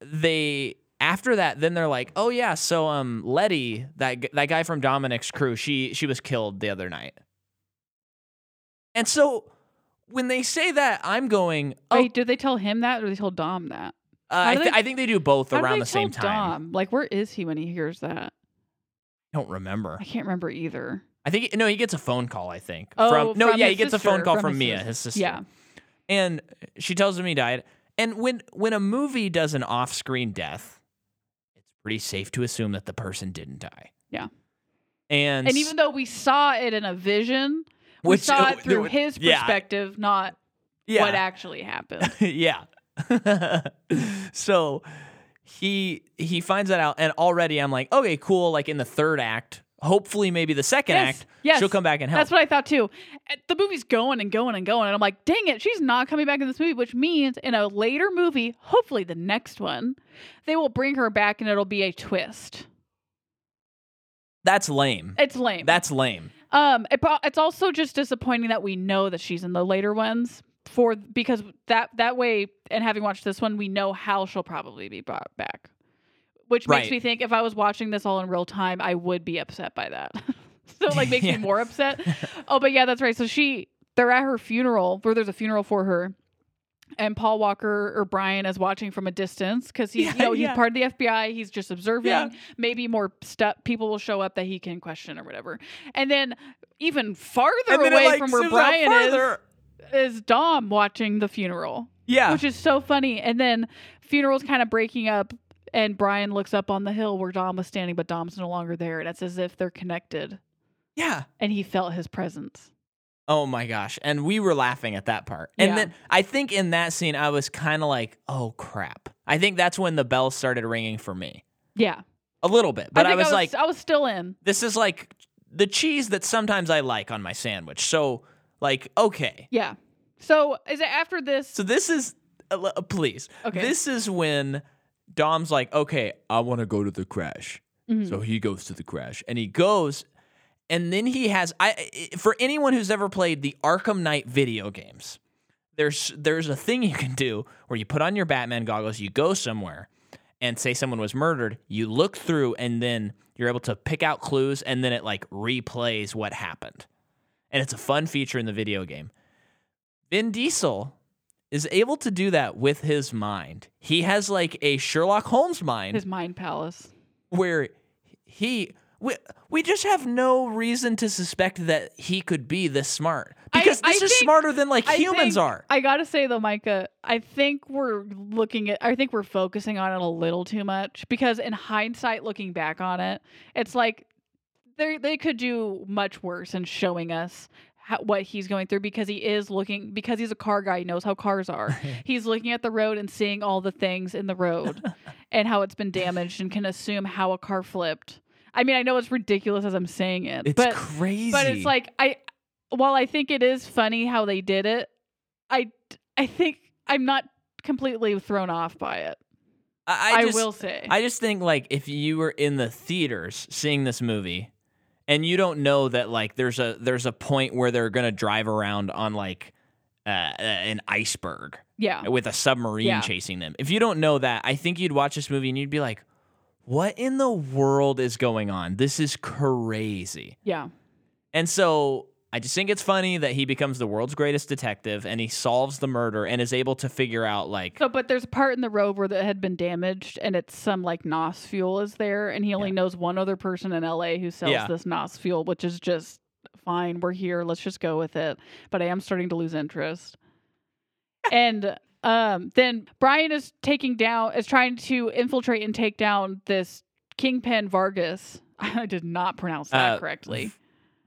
S1: they after that, then they're like, oh yeah, so um, Letty, that g- that guy from Dominic's crew, she she was killed the other night. And so when they say that, I'm going, oh,
S2: Wait, did they tell him that or they told Dom that?
S1: uh, I,
S2: do
S1: th-
S2: they-
S1: I think they do both
S2: How did
S1: around
S2: they
S1: the same
S2: tell
S1: time.
S2: Dom? Like, where is he when he hears that?
S1: I don't remember.
S2: I can't remember either.
S1: I think no, he gets a phone call. I think
S2: Oh,
S1: from no,
S2: from
S1: yeah,
S2: his
S1: he gets a
S2: sister,
S1: phone call from,
S2: from his
S1: Mia,
S2: sister.
S1: his sister.
S2: Yeah.
S1: and she tells him he died. And when when a movie does an off screen death, it's pretty safe to assume that the person didn't die.
S2: Yeah.
S1: and
S2: And even though we saw it in a vision, we
S1: Which- oh,
S2: saw it through
S1: yeah.
S2: his perspective, not what
S1: yeah,
S2: actually happened.
S1: yeah. so he he finds that out, and already I'm like, okay, cool. Like in the third act, hopefully maybe the second
S2: Yes,
S1: act,
S2: yes.
S1: she'll come back and help.
S2: That's what I thought too. Uh, The movie's going and going and going, and I'm like, dang it, she's not coming back in this movie, which means in a later movie, hopefully the next one, they will bring her back and it'll be a twist.
S1: That's lame.
S2: It's lame.
S1: That's lame.
S2: um, it, pro- it's also just disappointing that we know that she's in the later ones for because that that way, and having watched this one, we know how she'll probably be brought back, which
S1: Right.
S2: makes me think if I was watching this all in real time, I would be upset by that. so it, like makes
S1: Yeah.
S2: me more upset. Oh, but yeah, that's right. So she, they're at her funeral, where there's a funeral for her, and Paul Walker or Brian is watching from a distance because he's,
S1: Yeah,
S2: you know,
S1: yeah.
S2: he's part of the FBI. He's just observing.
S1: Yeah.
S2: Maybe more stuff people will show up that he can question or whatever. And then even farther
S1: And then it,
S2: away
S1: like,
S2: from where
S1: zooms out
S2: Brian
S1: further.
S2: is is Dom watching the funeral,
S1: Yeah.
S2: which is so funny. And then funeral's kind of breaking up. And Brian looks up on the hill where Dom was standing, but Dom's no longer there. And it's as if they're connected.
S1: Yeah.
S2: And he felt his presence.
S1: Oh my gosh. And we were laughing at that part. And
S2: Yeah.
S1: then I think in that scene, I was kind of like, oh crap. I think that's when the bell started ringing for me
S2: Yeah.
S1: a little bit. But I,
S2: think
S1: was, like,
S2: I was still in.
S1: this is like the cheese that sometimes I like on my sandwich. So, like, okay.
S2: Yeah. So is it after this?
S1: So this is, uh, l- uh, please.
S2: Okay.
S1: This is when Dom's like, okay, I want to go to the crash.
S2: Mhm.
S1: So he goes to the crash and he goes and then he has I I- for anyone who's ever played the Arkham Knight video games. There's there's a thing you can do where you put on your Batman goggles, you go somewhere and say someone was murdered, you look through and then you're able to pick out clues and then it like replays what happened. And it's a fun feature in the video game. Vin Diesel is able to do that with his mind. He has like a Sherlock Holmes mind
S2: His mind palace.
S1: where he we, we just have no reason to suspect that he could be this smart
S2: I-
S1: because
S2: I
S1: this is
S2: think-
S1: smarter than like
S2: I
S1: humans
S2: think-
S1: are.
S2: I gotta say though, Micah, I think we're looking at I think we're focusing on it a little too much because in hindsight, looking back on it, it's like they they could do much worse in showing us how, what he's going through because he is looking because he's a car guy, he knows how cars are. he's looking at the road and seeing all the things in the road and how it's been damaged and can assume how a car flipped. I mean, I know it's ridiculous as I'm saying it,
S1: It's
S2: but
S1: crazy.
S2: but it's like I, while I think it is funny how they did it, I I think I'm not completely thrown off by it.
S1: I,
S2: I,
S1: I just,
S2: will say.
S1: I just think like if you were in the theaters seeing this movie and you don't know that like there's a there's a point where they're going to drive around on like uh, uh, an iceberg
S2: yeah.
S1: uh, with a submarine
S2: Yeah.
S1: chasing them. If you don't know that, I think you'd watch this movie and you'd be like, "What in the world is going on? This is crazy."
S2: Yeah.
S1: And so I just think it's funny that he becomes the world's greatest detective and he solves the murder and is able to figure out like
S2: So, but there's a part in the road where that had been damaged, and it's some like nos fuel is there, and he only
S1: Yeah.
S2: knows one other person in LA who sells
S1: Yeah.
S2: this nos fuel, which is just fine. We're here. Let's just go with it. But I am starting to lose interest. and um, then Brian is taking down, is trying to infiltrate and take down this kingpin Vargas. I did not pronounce that
S1: Uh,
S2: correctly.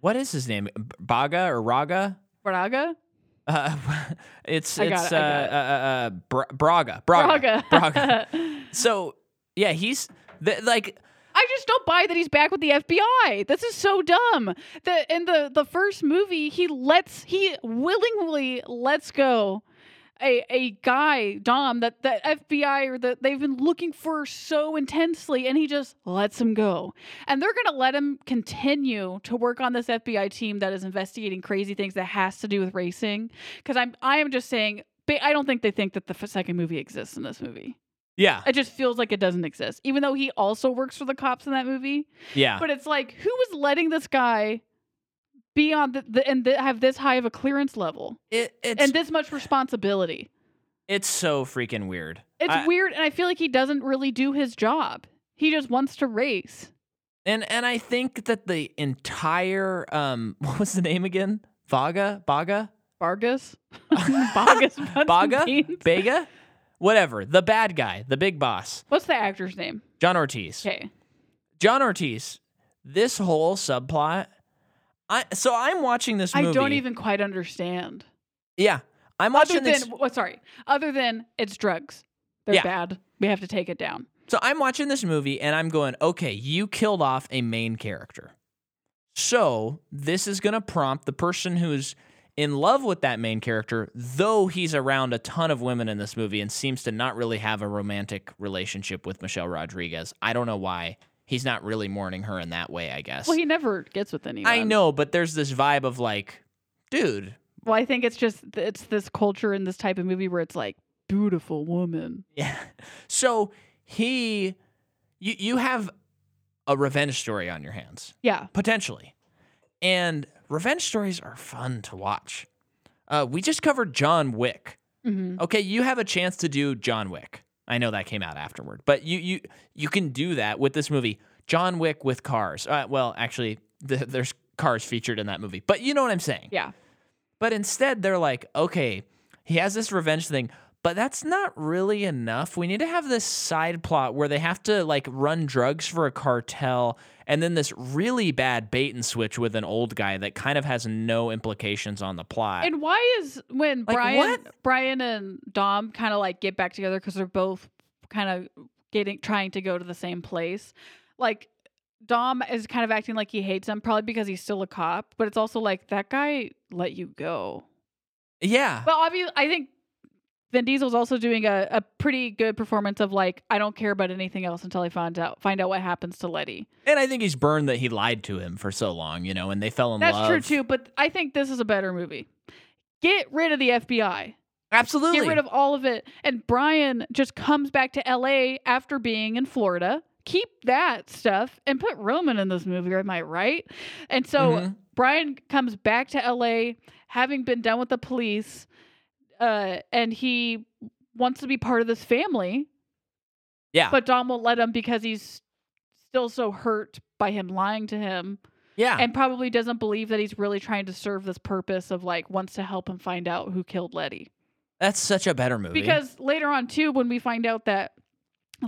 S1: what is his name? B- Baga or Raga?
S2: Braga.
S1: Uh, it's
S2: I got
S1: it's
S2: it,
S1: uh,
S2: I got it.
S1: uh, uh, uh Bra- Braga. Braga.
S2: Braga.
S1: So yeah, he's th- like
S2: I just don't buy that he's back with the FBI. This is so dumb. The in the the first movie, he lets he willingly lets go a a guy Dom that the FBI or that they've been looking for so intensely, and he just lets him go. And they're gonna let him continue to work on this FBI team that is investigating crazy things that has to do with racing. Because I'm I am just saying. ba- I don't think they think that the f- second movie exists in this movie.
S1: yeah
S2: It just feels like it doesn't exist, even though he also works for the cops in that movie.
S1: yeah.
S2: But it's like, who is letting this guy be on the, the and th- have this high of a clearance level
S1: It, it's
S2: and this much responsibility?
S1: it's so freaking weird.
S2: It's
S1: I-
S2: weird, and I feel like he doesn't really do his job. He just wants to race.
S1: And and I think that the entire um what was the name again? Vaga? Baga?
S2: Vargas, Vargas, Buns and
S1: Baga?
S2: Beans.
S1: Bega? Whatever. The bad guy, the big boss,
S2: What's the actor's name?
S1: John Ortiz.
S2: Okay,
S1: John Ortiz. This whole subplot I so I'm watching this movie.
S2: I don't even quite understand.
S1: Yeah. I'm
S2: Other
S1: watching
S2: than,
S1: this
S2: well, sorry, other than it's drugs. They're
S1: Yeah.
S2: bad. We have to take it down.
S1: So I'm watching this movie and I'm going, "Okay, you killed off a main character." So, this is going to prompt the person who's in love with that main character, though he's around a ton of women in this movie and seems to not really have a romantic relationship with Michelle Rodriguez. I don't know why. He's not really mourning her in that way, I guess.
S2: Well, he never gets with anyone.
S1: I know, but there's this vibe of like, dude,
S2: Well, I think it's just th- it's this culture in this type of movie where it's like beautiful woman.
S1: yeah. So, he you you have a revenge story on your hands.
S2: Yeah.
S1: potentially. And revenge stories are fun to watch. Uh, we just covered John Wick.
S2: hmm
S1: Okay, you have a chance to do John Wick. I know that came out afterward, but you you you can do that with this movie, John Wick with cars. Uh, well, actually, th- there's cars featured in that movie, but you know what I'm saying.
S2: Yeah.
S1: But instead, they're like, okay, he has this revenge thing, but that's not really enough. We need to have this side plot where they have to like run drugs for a cartel and then this really bad bait and switch with an old guy that kind of has no implications on the plot.
S2: And why is when
S1: Like,
S2: Brian
S1: what?
S2: Brian and Dom kind of like get back together because they're both kind of getting trying to go to the same place. Like Dom is kind of acting like he hates him, probably because he's still a cop, but it's also like that guy let you go.
S1: yeah.
S2: But obviously, I think Vin Diesel's also doing a, a pretty good performance of like I don't care about anything else until I find out find out what happens to Letty.
S1: And I think he's burned that he lied to him for so long, you know, and they fell in
S2: That's
S1: love.
S2: true too, but I think this is a better movie. Get rid of the FBI.
S1: Absolutely.
S2: Get rid of all of it. And Brian just comes back to LA after being in Florida. Keep that stuff and put Roman in this movie, am I right? And so
S1: Mhm.
S2: Brian comes back to LA having been done with the police uh, and he wants to be part of this family.
S1: Yeah.
S2: But Dom won't let him because he's still so hurt by him lying to him
S1: yeah.
S2: and probably doesn't believe that he's really trying to serve this purpose of like wants to help him find out who killed Letty.
S1: That's such a better movie.
S2: Because later on, too, when we find out that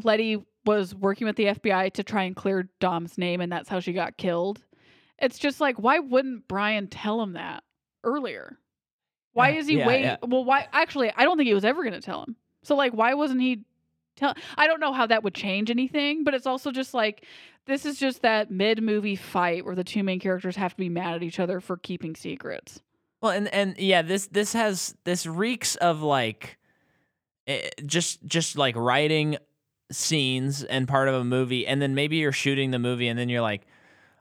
S2: Letty was working with the FBI to try and clear Dom's name and that's how she got killed, it's just like, why wouldn't Brian tell him that earlier? Why
S1: Yeah,
S2: is he
S1: yeah,
S2: waiting?
S1: yeah.
S2: Well, why? Actually, I don't think he was ever going to tell him. So, like, why wasn't he tell? I don't know how that would change anything, but it's also just like, this is just that mid movie fight where the two main characters have to be mad at each other for keeping secrets.
S1: Well, and and yeah, this this has this reeks of like eh, just just like writing scenes and part of a movie, and then maybe you're shooting the movie, and then you're like,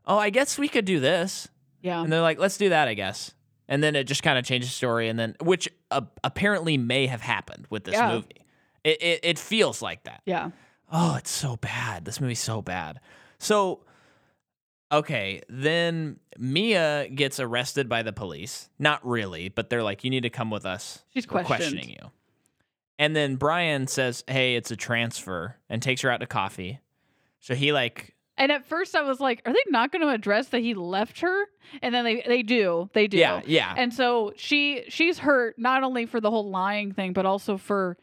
S1: oh, I guess we could do this,
S2: Yeah.
S1: and they're like, let's do that, I guess, and then it just kind of changes story, and then which uh, apparently may have happened with this
S2: Yeah.
S1: movie. It, it it feels like that.
S2: Yeah.
S1: Oh, it's so bad. This movie's so bad. So, okay, then Mia gets arrested by the police. Not really, but they're like, you need to come with us.
S2: She's
S1: We're
S2: questioned.
S1: questioning you. And then Brian says, hey, it's a transfer and takes her out to coffee. So he, like,
S2: And at first I was like, are they not going to address that he left her? And then they they do. They do.
S1: yeah, yeah.
S2: And so she she's hurt not only for the whole lying thing, but also for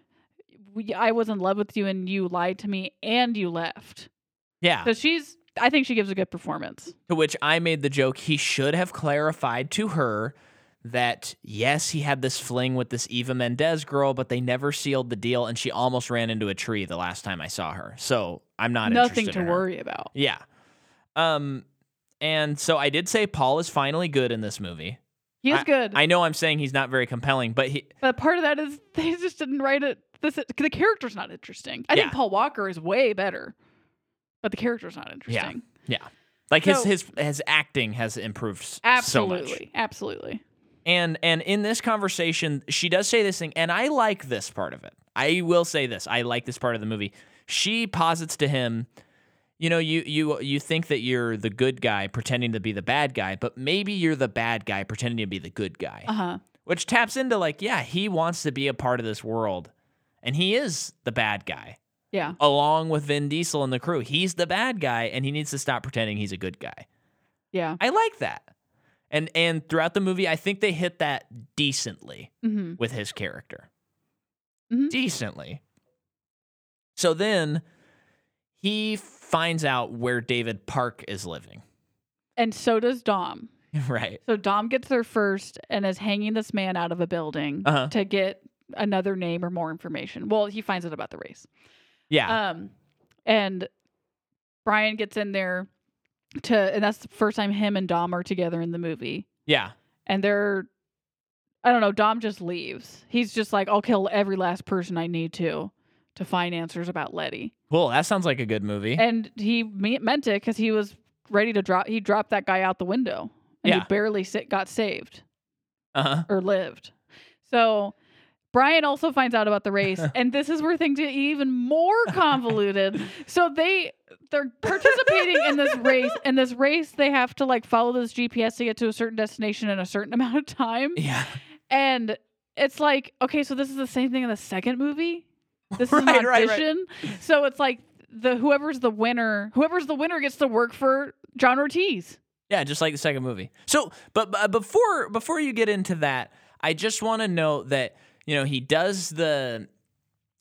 S2: we- I was in love with you and you lied to me and you left.
S1: yeah.
S2: So she's I think she gives a good performance.
S1: To which I made the joke he should have clarified to her that yes, he had this fling with this Eva Mendez girl, but they never sealed the deal, and she almost ran into a tree the last time I saw her. So I'm not
S2: Nothing
S1: interested
S2: to
S1: in her.
S2: worry about.
S1: Yeah. Um, and so I did say Paul is finally good in this movie.
S2: He is good.
S1: I know I'm saying he's not very compelling, but he
S2: but part of that is they just didn't write it this the character's not interesting. I
S1: Yeah.
S2: think Paul Walker is way better. But the character's not interesting.
S1: like his
S2: No.
S1: his his acting has improved s-
S2: Absolutely.
S1: so much.
S2: Absolutely.
S1: And and in this conversation, she does say this thing, and I like this part of it. I will say this. I like this part of the movie. She posits to him, you know, you you you think that you're the good guy pretending to be the bad guy, but maybe you're the bad guy pretending to be the good guy.
S2: Uh-huh.
S1: Which taps into like, yeah, he wants to be a part of this world. And he is the bad guy.
S2: Yeah.
S1: Along with Vin Diesel and the crew. He's the bad guy and he needs to stop pretending he's a good guy.
S2: Yeah.
S1: I like that. And and throughout the movie, I think they hit that decently
S2: Mm-hmm.
S1: with his character.
S2: Mhm.
S1: Decently. So then he finds out where David Park is living.
S2: And so does Dom.
S1: right.
S2: So Dom gets there first and is hanging this man out of a building
S1: Uh-huh.
S2: to get another name or more information. Well, he finds out about the race.
S1: Yeah.
S2: Um, and Brian gets in there to, and that's the first time him and Dom are together in the movie.
S1: yeah.
S2: And they're, I don't know, Dom just leaves. He's just like, I'll kill every last person I need to to find answers about Letty.
S1: Cool. That sounds like a good movie.
S2: and he me- meant it because he was ready to drop. He dropped that guy out the window, and
S1: Yeah.
S2: he barely sa- got saved
S1: Uh-huh.
S2: or lived. So Brian also finds out about the race, and this is where things get even more convoluted. so they they're participating in this race, and this race they have to like follow this GPS to get to a certain destination in a certain amount of time,
S1: Yeah.
S2: and it's like okay, so this is the same thing in the second movie. This is
S1: Right,
S2: an
S1: right, right.
S2: audition. So it's like the whoever's the winner, whoever's the winner gets to work for John Ortiz.
S1: Yeah, just like the second movie. So, but, but uh, before before you get into that, I just want to note that you know he does the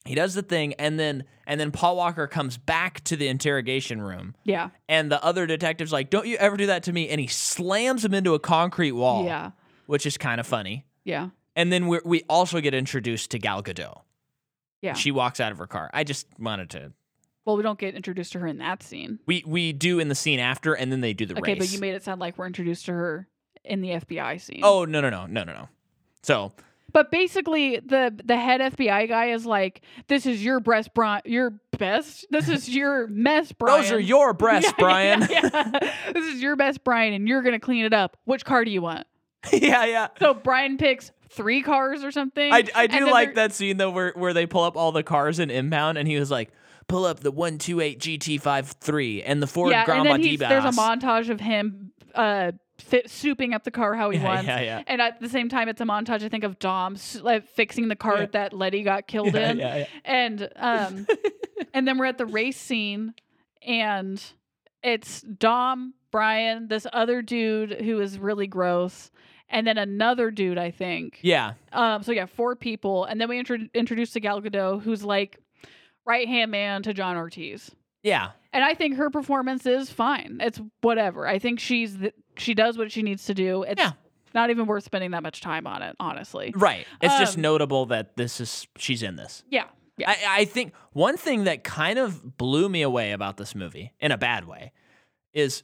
S1: He does the thing, and then and then Paul Walker comes back to the interrogation room,
S2: Yeah.
S1: and the other detective's like, "Don't you ever do that to me?" And he slams him into a concrete wall,
S2: Yeah.
S1: which is kind of funny.
S2: Yeah.
S1: And then we we also get introduced to Gal Gadot.
S2: Yeah.
S1: she walks out of her car. I just wanted to.
S2: Well, we don't get introduced to her in that scene.
S1: We we do in the scene after, and then they do the
S2: Okay,
S1: race.
S2: but you made it sound like we're introduced to her in the FBI scene.
S1: oh no no no no no no. So
S2: But basically, the the head FBI guy is like, "This is your breast, Brian. Your best. This is your mess, Brian.
S1: those are your breasts,
S2: Yeah,
S1: Brian.
S2: yeah, yeah. this is your best, Brian, and you're gonna clean it up. Which car do you want?
S1: yeah, yeah.
S2: So Brian picks three cars or something.
S1: I, I
S2: and
S1: do
S2: then
S1: like
S2: they're-
S1: that scene though, where where they pull up all the cars in impound, and he was like, "Pull up the one two eight GT 53 and the Ford
S2: yeah,
S1: Grand
S2: and then he's,
S1: Modibas."
S2: there's a montage of him uh, fit, souping up the car how he
S1: Yeah,
S2: wants.
S1: yeah, yeah.
S2: And at the same time, it's a montage. I think of Dom s- like, fixing the car
S1: Yeah.
S2: that Letty got killed
S1: yeah,
S2: in,
S1: yeah, yeah.
S2: and um, and then we're at the race scene, and it's Dom, Brian, this other dude who is really gross, and then another dude I think.
S1: Yeah,
S2: Um, so yeah, four people, and then we intro- introduce to Gal Gadot, who's like right hand man to John Ortiz,
S1: yeah,
S2: and I think her performance is fine. It's whatever. I think she's the, she does what she needs to do. It's
S1: Yeah.
S2: not even worth spending that much time on it, honestly.
S1: Right. It's just
S2: Um,
S1: notable that this is she's in this.
S2: Yeah, yeah.
S1: I, I think one thing that kind of blew me away about this movie in a bad way is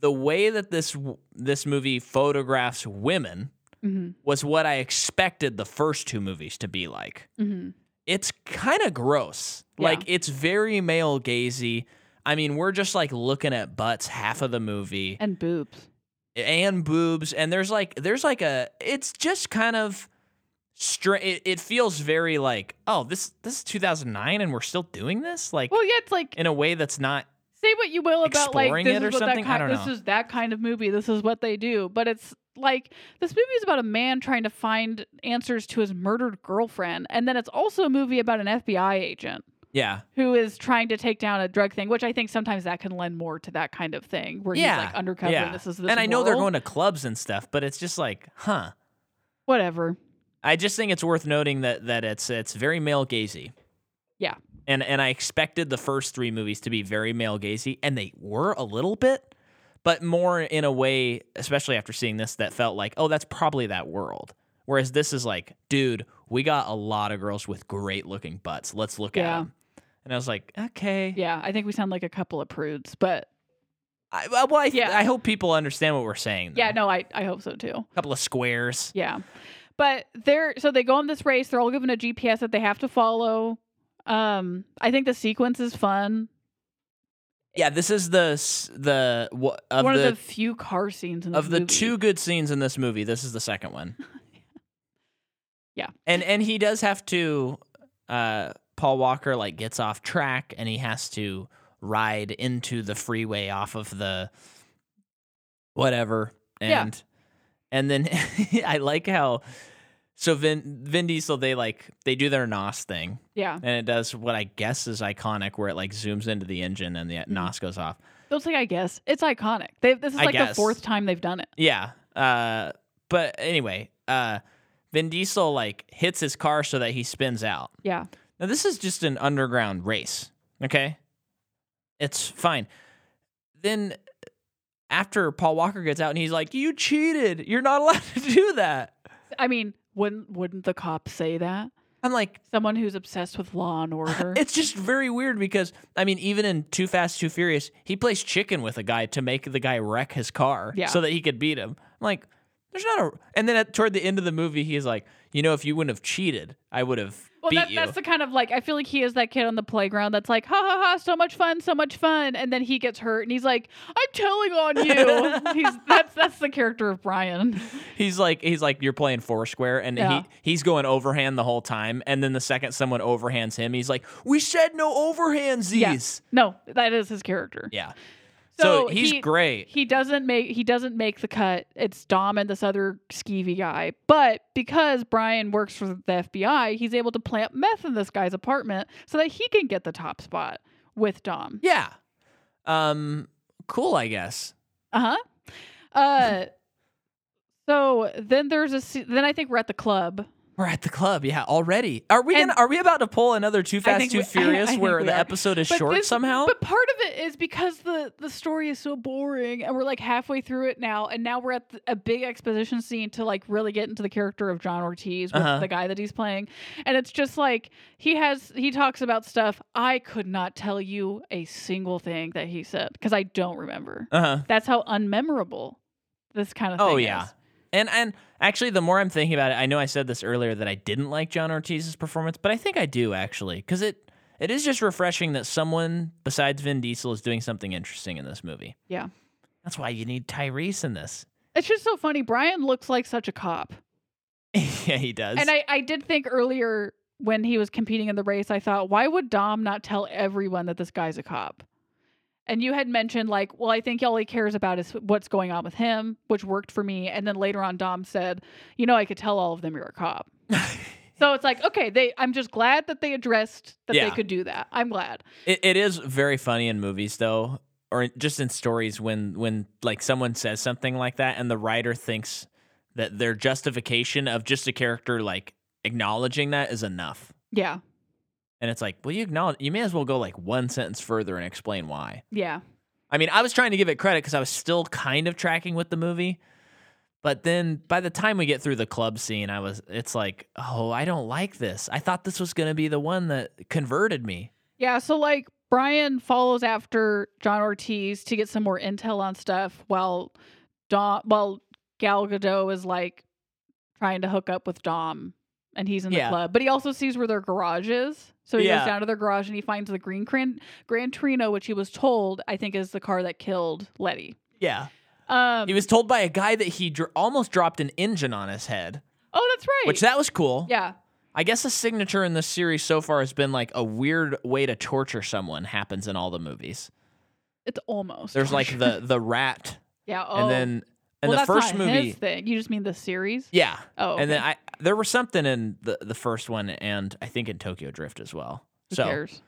S1: the way that this w- this movie photographs women
S2: hmm
S1: was what I expected the first two movies to be like.
S2: hmm
S1: It's kind of gross.
S2: Yeah.
S1: Like it's very male gazy. I mean, we're just like looking at butts half of the movie
S2: and boobs.
S1: and boobs and there's like there's like a it's just kind of str it, it feels very like oh this this is 2009 and we're still doing this like
S2: Well, yeah, it's like
S1: in a way that's not
S2: say what you will about like
S1: Exploring it
S2: this is
S1: or
S2: what that
S1: something? I
S2: kind.
S1: don't
S2: This
S1: know.
S2: is that kind of movie. This is what they do. But it's like this movie is about a man trying to find answers to his murdered girlfriend, and then it's also a movie about an FBI agent
S1: yeah
S2: who is trying to take down a drug thing. Which I think sometimes that can lend more to that kind of thing where
S1: Yeah,
S2: he's like undercover.
S1: yeah
S2: And this is this
S1: and i know they're
S2: world.
S1: going to clubs and stuff but it's just like huh
S2: whatever.
S1: i just think it's worth noting that that it's it's very male gazy
S2: Yeah.
S1: and and i expected the first three movies to be very male gazy and they were a little bit but more in a way especially after seeing this that felt like oh that's probably that world whereas this is like dude we got a lot of girls with great looking butts let's look at
S2: Yeah.
S1: 'em. and i was like okay
S2: Yeah, I think we sound like a couple of prudes, but
S1: I, I- well I,
S2: Yeah.
S1: I hope people understand what we're saying
S2: yeah,
S1: though.
S2: no, I I hope so too.
S1: a couple of squares
S2: Yeah. But they're so they go on this race, they're all given a GPS that they have to follow. Um I think the sequence is fun.
S1: yeah this is the s- the wha- of
S2: One
S1: the,
S2: of the few car scenes in
S1: of the
S2: this movie.
S1: two good scenes in this movie, this is the second one.
S2: Yeah.
S1: And and he does have to uh Paul Walker like gets off track and he has to ride into the freeway off of the whatever
S2: Yeah.
S1: and and then I like how so Vin Vin Diesel they like they do their NOS thing
S2: Yeah.
S1: and it does what I guess is iconic where it like zooms into the engine and the
S2: Mm-hmm.
S1: NOS goes off.
S2: Don't say I guess. It's iconic. They this is
S1: I
S2: like the
S1: guess.
S2: fourth time they've done it.
S1: Yeah. Uh, but anyway, uh, Vin Diesel like hits his car so that he spins out.
S2: Yeah.
S1: Now this is just an underground race. Okay, it's fine. Then after Paul Walker gets out and he's like, "You cheated. You're not allowed to do that."
S2: I mean, wouldn't wouldn't the cops say that?
S1: I'm like,
S2: Someone who's obsessed with law and order.
S1: it's just very weird because I mean, even in Too Fast, Too Furious, he plays chicken with a guy to make the guy wreck his car
S2: Yeah.
S1: so that he could beat him. I'm like, there's not a. And then at, toward the end of the movie, he's like, you know, if you wouldn't have cheated, I would have
S2: well,
S1: beat
S2: that,
S1: you.
S2: that's the kind of like I feel like he is that kid on the playground that's like, ha ha ha, so much fun, so much fun, and then he gets hurt and he's like, I'm telling on you. he's that's that's the character of Brian.
S1: he's like, he's like, you're playing Foursquare, and
S2: Yeah.
S1: he he's going overhand the whole time. And then the second someone overhands him, he's like, we said no overhands these.
S2: No, that is his character.
S1: Yeah. So,
S2: So
S1: he's
S2: he-
S1: great.
S2: He doesn't make he doesn't make the cut. It's Dom and this other skeevy guy. But because Brian works for the FBI, he's able to plant meth in this guy's apartment so that he can get the top spot with Dom.
S1: Yeah. Um. Cool, I guess.
S2: Uh-huh. Uh So then there's a se- then I think we're at the club.
S1: We're at the club, yeah. Already, are we?
S2: And-
S1: gonna, are we about to pull another Too Fast,
S2: think
S1: Too
S2: we- I-
S1: Furious,
S2: I think
S1: where
S2: we
S1: the
S2: are.
S1: episode is
S2: But
S1: short
S2: this-
S1: somehow?
S2: But part of it is because the the story is so boring, and we're like halfway through it now, and now we're at th- a big exposition scene to like really get into the character of John Ortiz, with
S1: Uh-huh.
S2: the guy that he's playing, and it's just like he has he talks about stuff I could not tell you a single thing that he said because I don't remember.
S1: Uh huh.
S2: That's how unmemorable this kind of thing
S1: Oh, yeah.
S2: is.
S1: And and actually, the more I'm thinking about it, I know I said this earlier that I didn't like John Ortiz's performance, but I think I do actually because it it is just refreshing that someone besides Vin Diesel is doing something interesting in this movie.
S2: Yeah.
S1: that's why you need Tyrese in this.
S2: It's just so funny. Brian looks like such a cop.
S1: yeah, he does.
S2: And I, I did think earlier when he was competing in the race, I thought, why would Dom not tell everyone that this guy's a cop? And you had mentioned, like, well, I think all he cares about is what's going on with him, which worked for me. And then later on, Dom said, you know, I could tell all of them you're a cop. So it's like, okay, they. I'm just glad that they addressed that
S1: Yeah.
S2: they could do that. I'm glad.
S1: It, it is very funny in movies though, or just in stories when when like someone says something like that and the writer thinks that their justification of just a character like acknowledging that is enough.
S2: Yeah,
S1: And it's like, well, you acknowledge, you may as well go like one sentence further and explain why.
S2: yeah,
S1: I mean, I was trying to give it credit because I was still kind of tracking with the movie, but then by the time we get through the club scene, I was, it's like, oh, I don't like this. I thought this was going to be the one that converted me.
S2: yeah. So like, Brian follows after John Ortiz to get some more intel on stuff, while Dom, while Gal Gadot is like trying to hook up with Dom, and he's in the
S1: Yeah.
S2: club. But he also sees where their garage is, so he
S1: Yeah.
S2: goes down to their garage and he finds the green Gran, Gran Torino, which he was told I think is the car that killed Letty.
S1: Yeah.
S2: Um,
S1: He was told by a guy that he dr- almost dropped an engine on his head,
S2: oh, that's right.
S1: which that was cool.
S2: yeah,
S1: I guess a signature in this series so far has been like a weird way to torture someone happens in all the movies.
S2: it's almost.
S1: There's like the the rat,
S2: yeah, oh.
S1: and then and
S2: well,
S1: the
S2: that's
S1: first
S2: not
S1: movie,
S2: his thing. You just mean the series?
S1: yeah.
S2: Oh,
S1: And then
S2: okay.
S1: I there was something in the the first one, and I think in Tokyo Drift as well.
S2: Who
S1: so
S2: cares?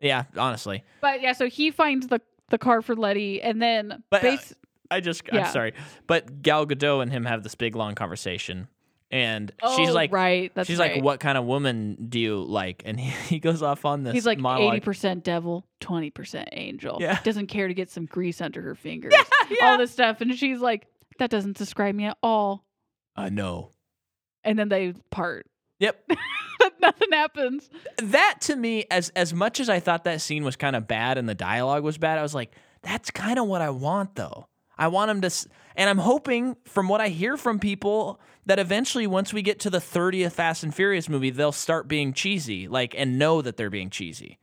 S1: yeah, honestly,
S2: But yeah, so he finds the the car for Letty, and then
S1: But, uh,
S2: bas-
S1: I just
S2: Yeah.
S1: I'm sorry, but Gal Gadot and him have this big long conversation, and she's
S2: Oh,
S1: like.
S2: right, that's
S1: She's
S2: right.
S1: like, "What kind of woman do you like?" And he, he goes off on this.
S2: He's like eighty
S1: monologue.
S2: percent devil, twenty percent angel.
S1: Yeah.
S2: doesn't care to get some grease under her fingers. All this stuff, and she's like, that doesn't describe me at all.
S1: I know.
S2: And then they part.
S1: Yep.
S2: Nothing happens.
S1: That to me, as as much as I thought that scene was kind of bad and the dialogue was bad, I was like, that's kind of what I want though. I want him to, s- and I'm hoping from what I hear from people that eventually, once we get to the 30th Fast and Furious movie, they'll start being cheesy, like, and know that they're being cheesy,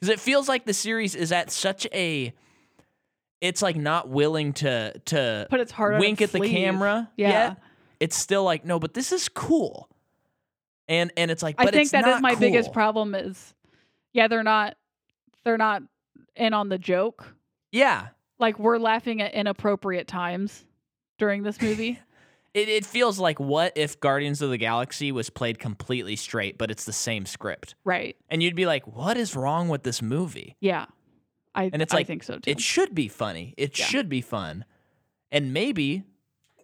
S1: because it feels like the series is at such a, it's like not willing to to
S2: But it's hard. on
S1: wink at
S2: its
S1: the
S2: sleeve.
S1: camera
S2: Yeah.
S1: yet, it's still like no but this is cool and and it's like
S2: I
S1: but
S2: think
S1: it's
S2: that is
S1: not
S2: my
S1: cool.
S2: biggest problem. Is yeah, they're not, they're not in on the joke.
S1: yeah
S2: Like we're laughing at inappropriate times during this movie.
S1: it, it feels like what if guardians of the galaxy was played completely straight but it's the same script
S2: right.
S1: and you'd be like what is wrong with this movie
S2: Yeah. I
S1: And it's
S2: I
S1: like,
S2: think so too.
S1: it should be funny it
S2: Yeah.
S1: should be fun and maybe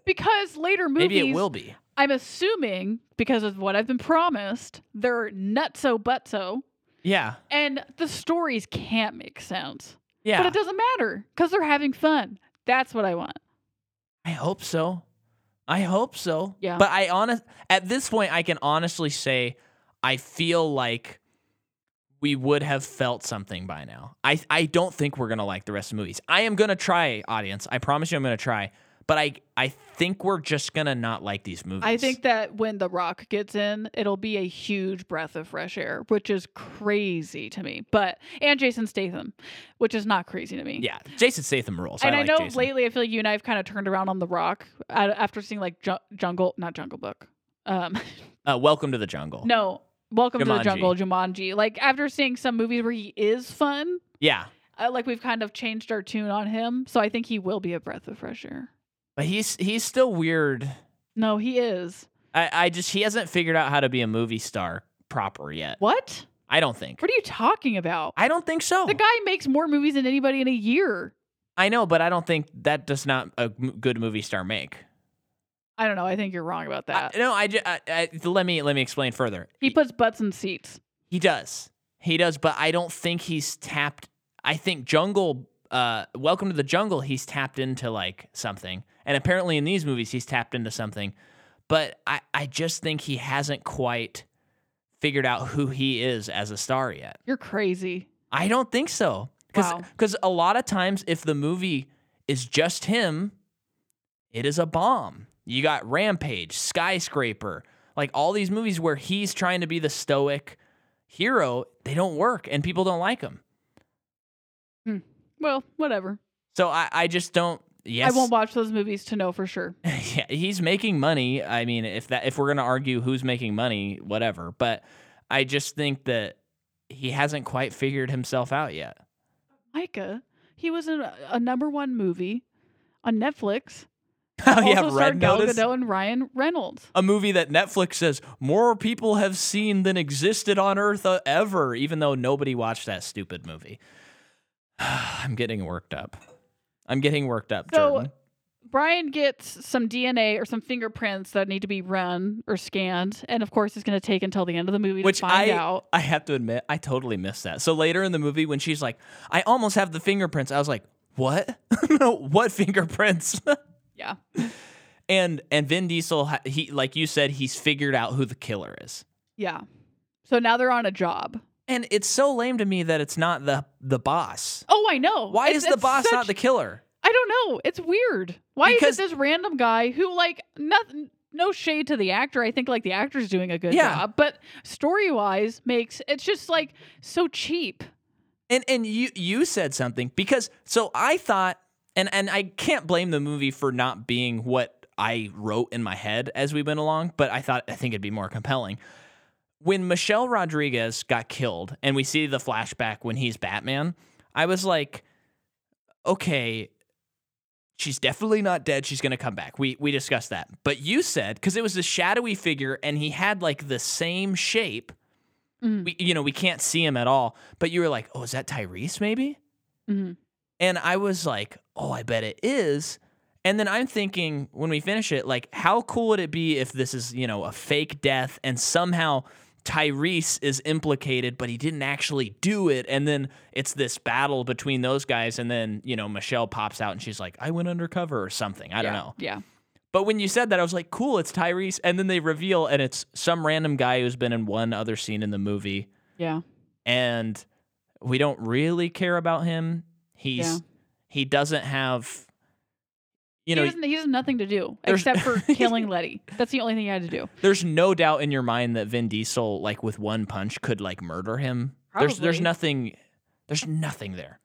S2: because later movies
S1: maybe it will be
S2: I'm assuming because of what I've been promised, they're nutso butso
S1: yeah
S2: and the stories can't make sense.
S1: yeah
S2: But it doesn't matter cuz they're having fun. That's what I want.
S1: I hope so. I hope so.
S2: Yeah.
S1: But I honest at this point I can honestly say I feel like we would have felt something by now. I I don't think we're gonna like the rest of the movies. I am gonna try, audience. I promise you I'm gonna try. But I I think we're just gonna not like these movies.
S2: I think that when The Rock gets in, it'll be a huge breath of fresh air, which is crazy to me. But and Jason Statham, which is not crazy to me.
S1: Yeah. Jason Statham rules.
S2: and
S1: I,
S2: I,
S1: like
S2: know
S1: Jason.
S2: lately, I feel like you and I have kind of turned around on The Rock uh, after seeing like ju- Jungle, not Jungle Book. Um,
S1: uh, welcome to the jungle.
S2: no, Welcome to
S1: Jumanji.
S2: the Jungle, Jumanji. Like after seeing some movies where he is fun,
S1: Yeah.
S2: uh, like we've kind of changed our tune on him. So I think he will be a breath of fresh air.
S1: But he's he's still weird.
S2: No, he is.
S1: I, I just he hasn't figured out how to be a movie star proper yet.
S2: What?
S1: I don't think.
S2: What are you talking about?
S1: I don't think so.
S2: The guy makes more movies than anybody in a year.
S1: I know, but I don't think that does not a m- good movie star make.
S2: I don't know. I think you're wrong about
S1: I- uh,
S2: that.
S1: no, I, ju- I, I let me let me explain further.
S2: he puts butts in seats.
S1: He does. He does, but I don't think he's tapped. I think Jungle, uh, Welcome to the Jungle, he's tapped into like something. And apparently in these movies, he's tapped into something. But I, I just think he hasn't quite figured out who he is as a star yet.
S2: You're crazy.
S1: I don't think so. Because
S2: Wow.
S1: a lot of times, if the movie is just him, it is a bomb. You got Rampage, Skyscraper, like all these movies where he's trying to be the stoic hero, they don't work and people don't like him.
S2: Well, whatever.
S1: So I, I just don't. Yes,
S2: I won't watch those movies to know for sure.
S1: yeah, he's making money. I mean, if that if we're gonna argue who's making money, whatever. But I just think that he hasn't quite figured himself out yet.
S2: Micah, he was in a, a number one movie on Netflix.
S1: oh
S2: also
S1: yeah,
S2: starred
S1: Red
S2: Gal
S1: Notice.
S2: Gadot and Ryan Reynolds.
S1: a movie that Netflix says more people have seen than existed on Earth uh, ever, even though nobody watched that stupid movie. I'm getting worked up. I'm getting worked up,
S2: So-
S1: Jordan.
S2: Brian gets some DNA or some fingerprints that need to be run or scanned, and of course, it's going to take until the end of the movie
S1: Which
S2: to find
S1: I
S2: out.
S1: I have to admit, I totally missed that. So later in the movie, when she's like, "I almost have the fingerprints," I was like, "What? no, what fingerprints?"
S2: Yeah,
S1: and and Vin Diesel, ha- he like you said, he's figured out who the killer is.
S2: yeah. So now they're on a job.
S1: And it's so lame to me that it's not the the boss.
S2: Oh, I know.
S1: Why
S2: It's-
S1: is the
S2: it's
S1: boss
S2: such-
S1: not the killer?
S2: I don't know. It's weird. Why
S1: Because-
S2: is it this random guy who like nothing? No shade to the actor. I think like the actor's doing a good
S1: Yeah.
S2: job, but story wise makes it's just like so cheap.
S1: And and you you said something because so I thought and and I can't blame the movie for not being what I wrote in my head as we went along, but I thought I think it'd be more compelling. When Michelle Rodriguez got killed and we see the flashback when he's Batman, I was like okay, she's definitely not dead. She's going to come back. We we discussed that. But you said cuz it was a shadowy figure and he had like the same shape
S2: Mhm.
S1: we you know we can't see him at all but you were like oh is that tyrese maybe
S2: Mhm.
S1: and i was like oh i bet it is and then i'm thinking when we finish it like how cool would it be if this is you know a fake death and somehow tyrese is implicated but he didn't actually do it and then it's this battle between those guys and then you know michelle pops out and she's like i went undercover or something i don't
S2: Yeah.
S1: know
S2: Yeah.
S1: but when you said that, I was like, cool, it's Tyrese. And then they reveal, and it's some random guy who's been in one other scene in the movie,
S2: Yeah.
S1: and we don't really care about him. He's
S2: Yeah.
S1: he doesn't have, you know,
S2: he, doesn't, he has nothing to do
S1: There's-
S2: except for killing Letty. That's the only thing he had to do.
S1: there's no doubt in your mind that Vin Diesel, like with one punch, could like murder him. There's there's
S2: Probably.
S1: nothing, there's nothing there.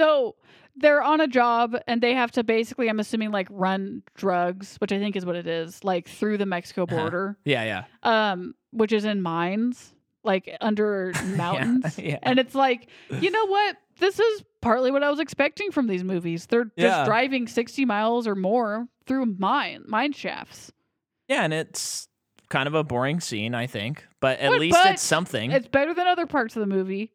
S2: So they're on a job and they have to basically, I'm assuming, like run drugs, which I think is what it is, like through the Mexico
S1: Uh-huh.
S2: border,
S1: Yeah, yeah,
S2: um, which is in mines, like under mountains.
S1: yeah.
S2: And it's like, you know what? This is partly what I was expecting from these movies. They're just
S1: Yeah.
S2: driving 60 miles or more through mine mine shafts.
S1: yeah. And it's kind of a boring scene, I think, but at
S2: But-
S1: least
S2: but
S1: it's something.
S2: It's better than other parts of the movie.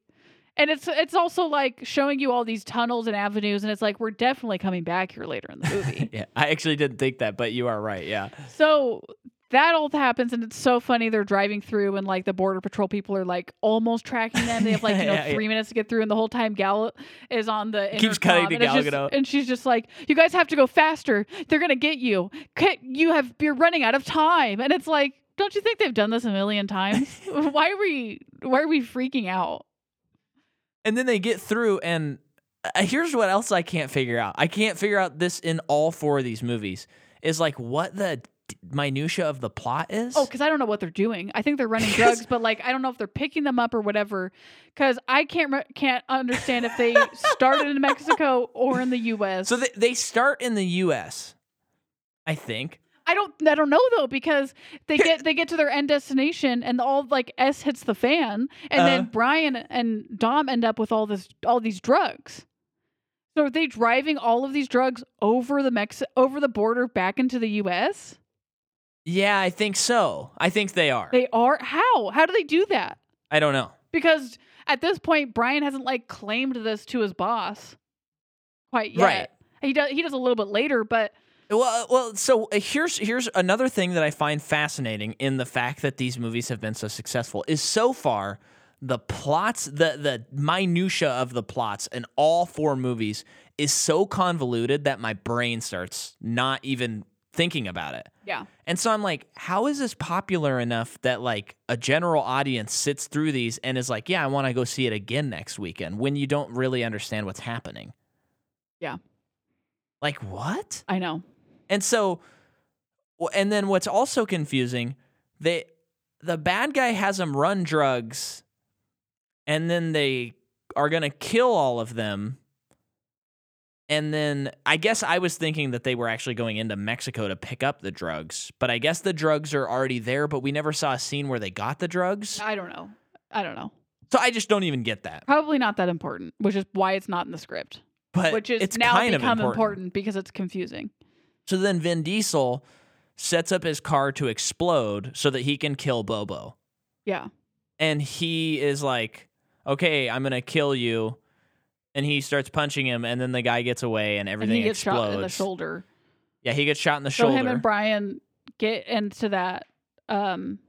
S2: And it's it's also like showing you all these tunnels and avenues, and it's like we're definitely coming back here later in the movie.
S1: yeah, I actually didn't think that, but you are right. Yeah.
S2: so that all happens, and it's so funny. They're driving through, and like the border patrol people are like almost tracking them. They have like you know
S1: Yeah, yeah.
S2: three minutes to get through, and the whole time Gal is on the
S1: Keeps cutting to
S2: intercom, and it's
S1: Gal
S2: just-
S1: Gadot.
S2: and she's just like, "You guys have to go faster. They're gonna get you. Ca- You have you're running out of time." And it's like, don't you think they've done this a million times? why are we why are we freaking out?
S1: And then they get through, and uh, here's what else I can't figure out. I can't figure out this in all four of these movies is like what the d- minutia of the plot is.
S2: Oh, because I don't know what they're doing. I think they're running drugs, but like I don't know if they're picking them up or whatever. Because I can't re- can't understand if they started in Mexico or in the U.S.
S1: so they, they start in the U.S. I think.
S2: I don't I don't know though because they get they get to their end destination and all like S hits the fan and
S1: Uh.
S2: then Brian and Dom end up with all this all these drugs. So are they driving all of these drugs over the Mex over the border back into the U.S.?
S1: Yeah, I think so. I think they are.
S2: They are how how do they do that?
S1: I don't know.
S2: because at this point Brian hasn't like claimed this to his boss quite yet.
S1: Right.
S2: He does he does a little bit later, but
S1: Well, well, so uh, here's here's another thing that I find fascinating in the fact that these movies have been so successful is so far the plots, the the minutia of the plots in all four movies is so convoluted that my brain starts not even thinking about it.
S2: Yeah.
S1: And so I'm like, how is this popular enough that like a general audience sits through these and is like, yeah, I want to go see it again next weekend when you don't really understand what's happening?
S2: Yeah.
S1: Like what?
S2: I know.
S1: And so, w- and then what's also confusing, they the bad guy has them run drugs, and then they are gonna kill all of them. And then I guess I was thinking that they were actually going into Mexico to pick up the drugs, but I guess the drugs are already there. But we never saw a scene where they got the drugs,
S2: I don't know. I don't know.
S1: so I just don't even get that.
S2: Probably not that important, which is why it's not in the script,
S1: But
S2: which is
S1: it's
S2: now
S1: kind of
S2: become
S1: important.
S2: important because it's confusing.
S1: So then Vin Diesel sets up his car to explode so that he can kill Bobo.
S2: Yeah.
S1: and he is like, "Okay, I'm gonna kill you," and he starts punching him, and then the guy gets away, and everything
S2: and he gets
S1: explodes.
S2: shot in the shoulder.
S1: Yeah, he gets shot in the
S2: So
S1: shoulder.
S2: him and Brian get into that um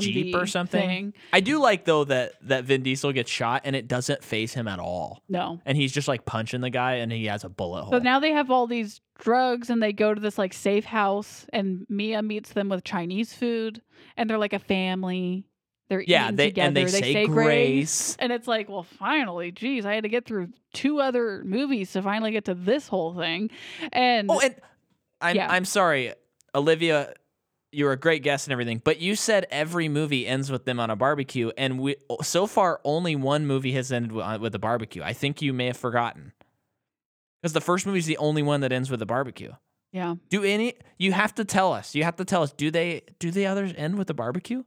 S1: Jeep
S2: Humvee
S1: or something?
S2: thing.
S1: I do like though that that Vin Diesel gets shot, and it doesn't phase him at all,
S2: No.
S1: and he's just like punching the guy, and he has a bullet hole.
S2: So now they have all these drugs and they go to this like safe house and Mia meets them with Chinese food and they're like a family. They're
S1: yeah,
S2: eating
S1: they
S2: together.
S1: and they, say, grace.
S2: And it's like, well, finally, geez, I had to get through two other movies to finally get to this whole thing. And,
S1: Oh, and I'm
S2: Mm. Yeah.
S1: I'm sorry, Olivia. You're a great guest and everything, but you said every movie ends with them on a barbecue, and we so far only one movie has ended with, with a barbecue. I think you may have forgotten because the first movie is the only one that ends with a barbecue.
S2: yeah,
S1: Do any? You have to tell us. You have to tell us. Do they? Do the others end with a barbecue?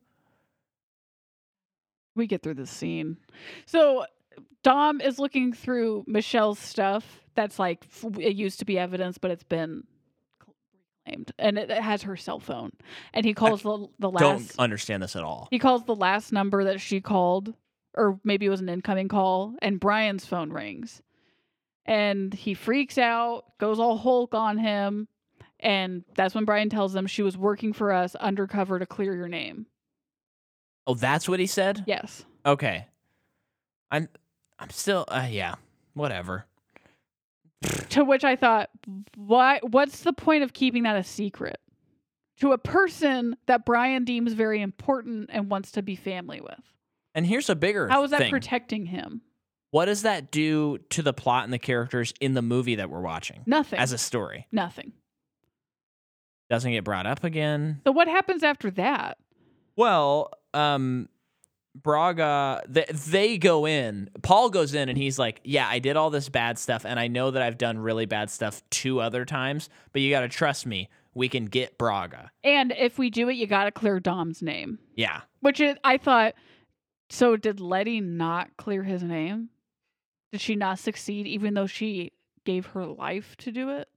S2: we get through this scene. So Dom is looking through Michelle's stuff that's like, f- it used to be evidence, but it's been claimed. And it, it has her cell phone. And he calls the, the last.
S1: Don't understand this at all.
S2: He calls the last number that she called, or maybe it was an incoming call, and Brian's phone rings. And he freaks out, goes all Hulk on him. And that's when Brian tells them she was working for us undercover to clear your name.
S1: Oh, that's what he said.
S2: Yes.
S1: Okay. I'm. I'm still. Uh, yeah. Whatever.
S2: To which I thought, why what's the point of keeping that a secret? To a person that Brian deems very important and wants to be family with.
S1: And here's a bigger.
S2: How is that
S1: thing.
S2: protecting him?
S1: What does that do to the plot and the characters in the movie that we're watching
S2: Nothing.
S1: as a story?
S2: Nothing.
S1: Doesn't get brought up again.
S2: So what happens after that?
S1: Well, um, Braga, they, they go in. Paul goes in and he's like, Yeah, I did all this bad stuff, and I know that I've done really bad stuff two other times, but you got to trust me. We can get Braga.
S2: And if we do it, you got to clear Dom's name,
S1: Yeah.
S2: which is, I thought. So did Letty not clear his name? Did she not succeed, even though she gave her life to do it?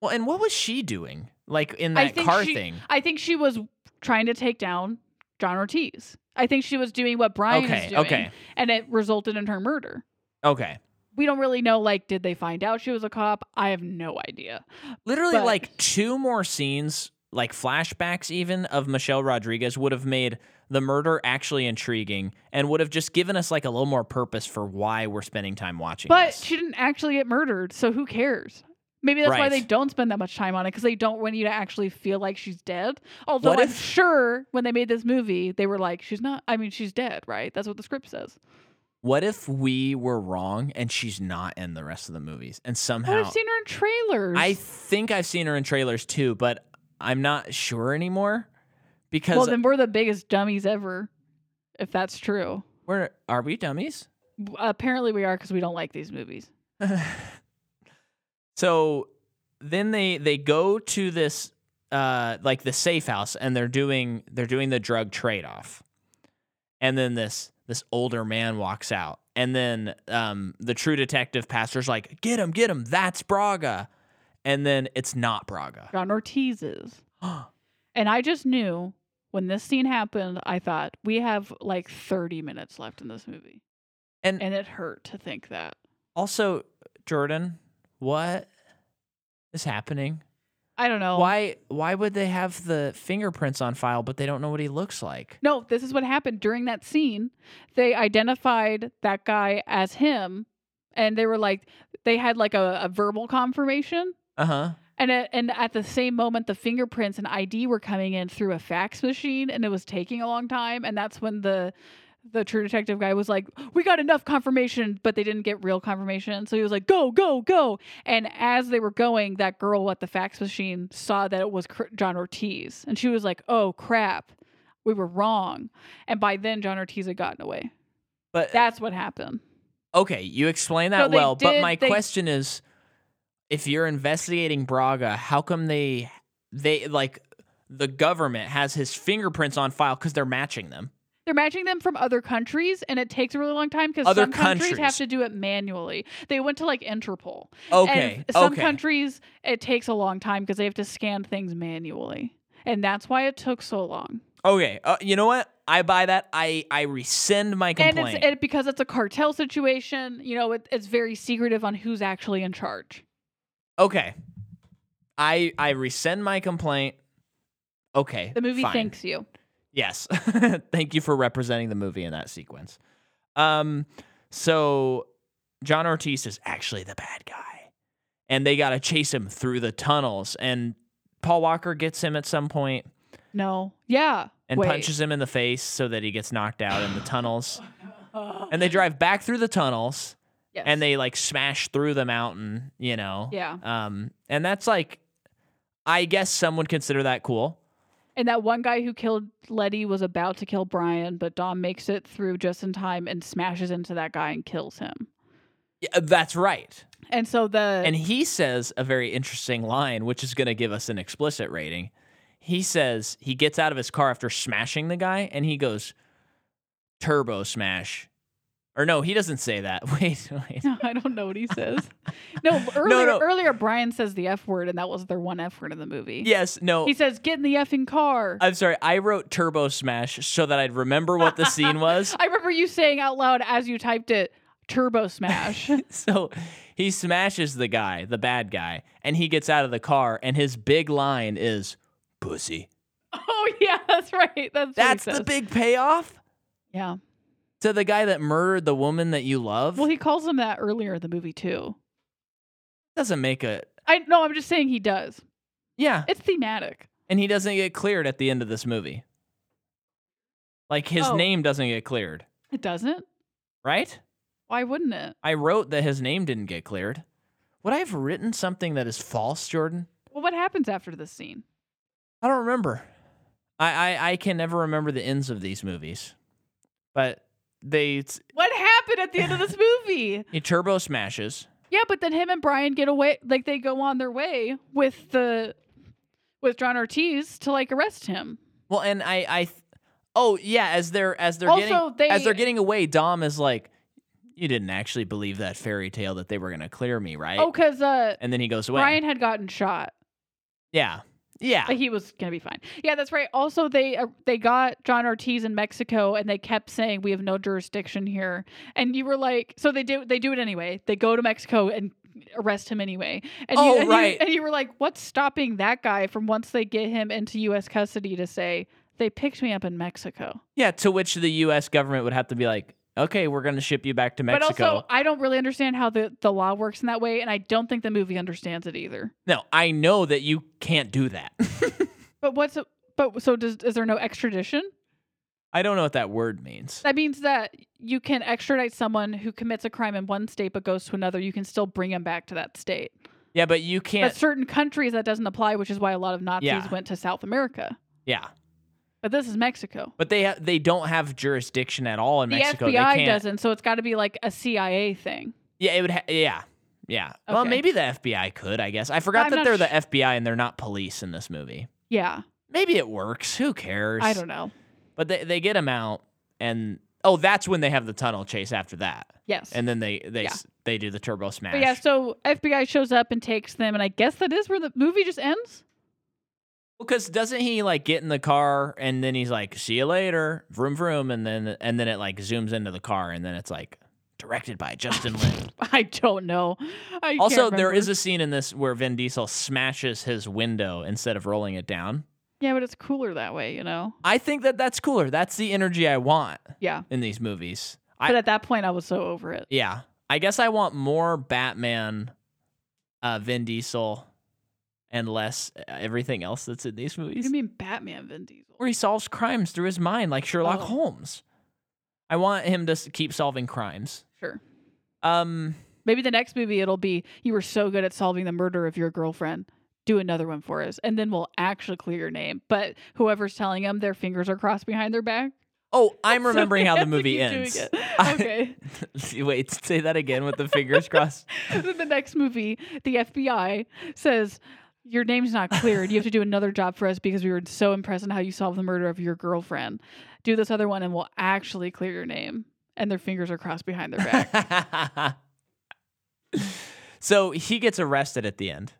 S1: Well, and what was she doing? Like in
S2: I
S1: that
S2: think
S1: car
S2: she-
S1: thing.
S2: I think she was trying to take down John Ortiz. I think she was doing what Brian is
S1: Okay.
S2: doing,
S1: Okay.
S2: and it resulted in her murder.
S1: Okay.
S2: We don't really know. Like, did they find out she was a cop? I have no idea.
S1: Literally,
S2: But-
S1: like two more scenes, like flashbacks, even of Michelle Rodriguez, would have made the murder actually intriguing and would have just given us like a little more purpose for why we're spending time watching.
S2: But
S1: this.
S2: she didn't actually get murdered, so who cares? Maybe that's why
S1: Right.
S2: they don't spend that much time on it because they don't want you to actually feel like she's dead. Although
S1: What
S2: I'm
S1: if-
S2: sure when they made this movie, they were like, "She's not. I mean, she's dead, right?" That's what the script says.
S1: what if we were wrong and she's not in the rest of the movies? And
S2: But
S1: somehow,
S2: I've seen her in trailers.
S1: I think I've seen her in trailers too, but I'm not sure anymore because
S2: well, then we're the biggest dummies ever, if that's true.
S1: we're are we dummies?
S2: W- Apparently, we are because we don't like these movies.
S1: so then they they go to this uh like the safe house and they're doing they're doing the drug trade off and then this this older man walks out and then um the true detective pastor's like get him get him that's braga and then it's not braga
S2: John Ortiz is, and I just knew when this scene happened. I thought we have like 30 minutes left in this movie,
S1: And-
S2: and it hurt to think that.
S1: also jordan what is happening
S2: I don't know.
S1: Why why would they have the fingerprints on file but they don't know what he looks like?
S2: No, this is what happened during that scene. They identified that guy as him, and they were like, they had like a, a verbal confirmation.
S1: Uh-huh.
S2: And at, and at the same moment, the fingerprints and ID were coming in through a fax machine, and it was taking a long time. And that's when the the true detective guy was like, "We got enough confirmation, but they didn't get real confirmation." So he was like, "Go, go, go!" And as they were going, that girl at the fax machine saw that it was Cr- John Ortiz, and she was like, "Oh crap, we were wrong." And by then, John Ortiz had gotten away.
S1: But
S2: That's what happened.
S1: okay, you explain that
S2: No, they
S1: well, but
S2: did-
S1: my
S2: they-
S1: question is if you're investigating Braga, how come they they like the government has his fingerprints on file cuz they're matching them?
S2: They're matching them from other countries, and it takes a really long time because
S1: Other
S2: some countries.
S1: countries.
S2: have to do it manually. They went to like Interpol.
S1: Okay.
S2: And f- some
S1: okay.
S2: countries it takes a long time because they have to scan things manually. And that's why it took so long.
S1: okay. Uh, you know what? I buy that. I I rescind my complaint.
S2: And it's it, because it's a cartel situation, you know, it, it's very secretive on who's actually in charge.
S1: Okay. I I rescind my complaint. Okay.
S2: The movie
S1: fine.
S2: thanks you.
S1: Yes. Thank you for representing the movie in that sequence. Um so John Ortiz is actually the bad guy. And they got to chase him through the tunnels and Paul Walker gets him at some point
S2: No. Yeah.
S1: and
S2: Wait.
S1: punches him in the face so that he gets knocked out in the tunnels. And they drive back through the tunnels
S2: Yes.
S1: and they like smash through the mountain, you know.
S2: Yeah.
S1: Um, and that's like, I guess some would consider that cool.
S2: And that one guy who killed Letty was about to kill Brian, but Dom makes it through just in time and smashes into that guy and kills him.
S1: Yeah, that's right.
S2: And so the
S1: And he says a very interesting line, which is going to give us an explicit rating. He says he gets out of his car after smashing the guy and he goes, turbo smash. Or no, he doesn't say that. Wait, wait.
S2: No, I don't know what he says. no, earlier,
S1: no.
S2: earlier Brian says the F word, and that was their one F word in the movie.
S1: Yes, no.
S2: He says, get in the effing car.
S1: I'm sorry. oh. I wrote turbo smash so that I'd remember what the scene was.
S2: I remember you saying out loud as you typed it, turbo smash.
S1: So he smashes the guy, the bad guy, and he gets out of the car, and his big line is pussy.
S2: oh, yeah, that's right. That's, what he
S1: That's the
S2: says.
S1: big payoff
S2: Yeah.
S1: to the guy that murdered the woman that you love.
S2: Well, he calls him that earlier in the movie, too.
S1: doesn't make a
S2: I No, I'm just saying he does.
S1: yeah,
S2: It's thematic.
S1: and he doesn't get cleared at the end of this movie. Like his
S2: Oh.
S1: name doesn't get cleared,
S2: It doesn't.
S1: right?
S2: Why wouldn't it?
S1: I wrote that his name didn't get cleared. Would I have written something that is false, Jordan?
S2: Well, what happens after this scene?
S1: I don't remember. I, I, I can never remember the ends of these movies. But they
S2: What happened at the end of this movie?
S1: he turbo smashes.
S2: Yeah, but then him and Brian get away like they go on their way with the with John Ortiz to like arrest him.
S1: Well, and I I th- oh yeah, as they're as they're
S2: Also,
S1: getting
S2: they-
S1: as they're getting away, Dom is like, "You didn't actually believe that fairy tale that they were gonna clear me, right?"
S2: Oh, cuz uh
S1: And then he goes away.
S2: Brian had gotten shot.
S1: yeah, yeah.
S2: Like uh, he was going to be fine. Yeah, that's right. Also they uh, they got John Ortiz in Mexico and they kept saying we have no jurisdiction here. And you were like so they do they do it anyway. They go to Mexico and arrest him anyway. And
S1: Oh,
S2: you, and
S1: right.
S2: You, and you were like what's stopping that guy from once they get him into US custody to say they picked me up in Mexico.
S1: yeah. To which the U.S. government would have to be like, "Okay, we're gonna ship you back to Mexico."
S2: But also, I don't really understand how the, the law works in that way, and I don't think the movie understands it either.
S1: no, I know that you can't do that.
S2: But what's a, but so does is there no extradition?
S1: I don't know what that word means.
S2: That means that you can extradite someone who commits a crime in one state but goes to another. You can still bring him back to that state.
S1: Yeah, but you
S2: But
S1: can't.
S2: certain countries that doesn't apply, which is why a lot of Nazis
S1: Yeah.
S2: went to South America.
S1: yeah.
S2: But this is Mexico.
S1: But they ha- they don't have jurisdiction at all in Mexico.
S2: the
S1: they
S2: FBI
S1: can't.
S2: doesn't, so it's got to be like a CIA thing.
S1: Yeah, it would. Ha- yeah, yeah. Well,
S2: Okay.
S1: maybe the FBI could. I guess I forgot
S2: I'm
S1: that
S2: not
S1: they're
S2: sh-
S1: the FBI and they're not police in this movie.
S2: Yeah,
S1: Maybe it works. Who cares?
S2: I don't know.
S1: But they they get him out, and oh, that's when they have the tunnel chase after that,
S2: Yes.
S1: and then they they
S2: Yeah.
S1: s they do the turbo smash.
S2: but yeah, so FBI shows up and takes them, and I guess that is where the movie just ends.
S1: because doesn't he like get in the car and then he's like, "See you later," vroom vroom, and then and then it like zooms into the car, and then it's like directed by Justin Lin.
S2: I don't know. I can't
S1: also, there
S2: remember.
S1: is a scene in this where Vin Diesel smashes his window instead of rolling it down.
S2: yeah, but it's cooler that way, you know.
S1: I think that that's cooler. That's the energy I want
S2: Yeah,
S1: in these movies. I-
S2: but at that point, I was so over it.
S1: Yeah. I guess I want more Batman, uh, Vin Diesel, and less uh, everything else that's in these
S2: What do you
S1: movies.
S2: mean, Batman Vin Diesel?
S1: Where he solves crimes through his mind, like Sherlock
S2: Oh.
S1: Holmes. I want him to s- keep solving crimes.
S2: Sure.
S1: Um,
S2: Maybe the next movie it'll be you were so good at solving the murder of your girlfriend. Do another one for us, and then we'll actually clear your name. But whoever's telling them, their fingers are crossed behind their back.
S1: oh, I'm
S2: So
S1: remembering
S2: they
S1: how the
S2: have to
S1: movie
S2: keep doing
S1: ends.
S2: it.
S1: I-
S2: Okay.
S1: Wait, say that again with the fingers crossed.
S2: then the next movie, the FBI says, Your name's not cleared. You have to do another job for us because we were so impressed on how you solved the murder of your girlfriend. Do this other one and we'll actually clear your name. And their fingers are crossed behind their back.
S1: so he gets arrested at the end.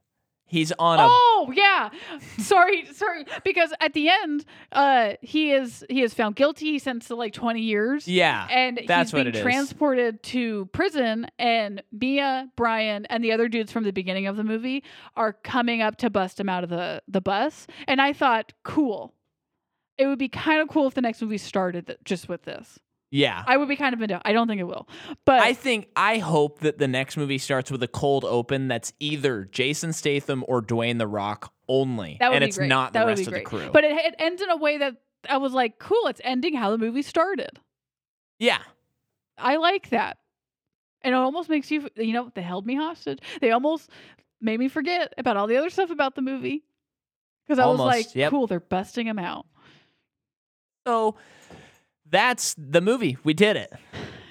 S1: He's on a
S2: oh yeah. Sorry, sorry. Because at the end, uh he is he is found guilty, He's sentenced to like twenty years.
S1: yeah.
S2: And
S1: That's
S2: he's
S1: what
S2: being
S1: it is.
S2: transported to prison, and Mia, Brian, and the other dudes from the beginning of the movie are coming up to bust him out of the, the bus. And I thought, cool. It would be kind of cool if the next movie started th- just with this.
S1: Yeah.
S2: I would be kind of into. I don't think it will, but
S1: I think I hope that the next movie starts with a cold open that's either Jason Statham or Dwayne the Rock only,
S2: that would
S1: and
S2: be
S1: it's
S2: great.
S1: not
S2: That
S1: the
S2: would
S1: rest
S2: be
S1: of the
S2: great.
S1: crew.
S2: But it, it ends in a way that I was like, cool. It's ending how the movie started.
S1: yeah,
S2: I like that. And it almost makes you, you know, they held me hostage. They almost made me forget about all the other stuff about the movie. Because I was
S1: Almost,
S2: like,
S1: yep.
S2: cool, they're busting him out.
S1: so that's the movie. We did it.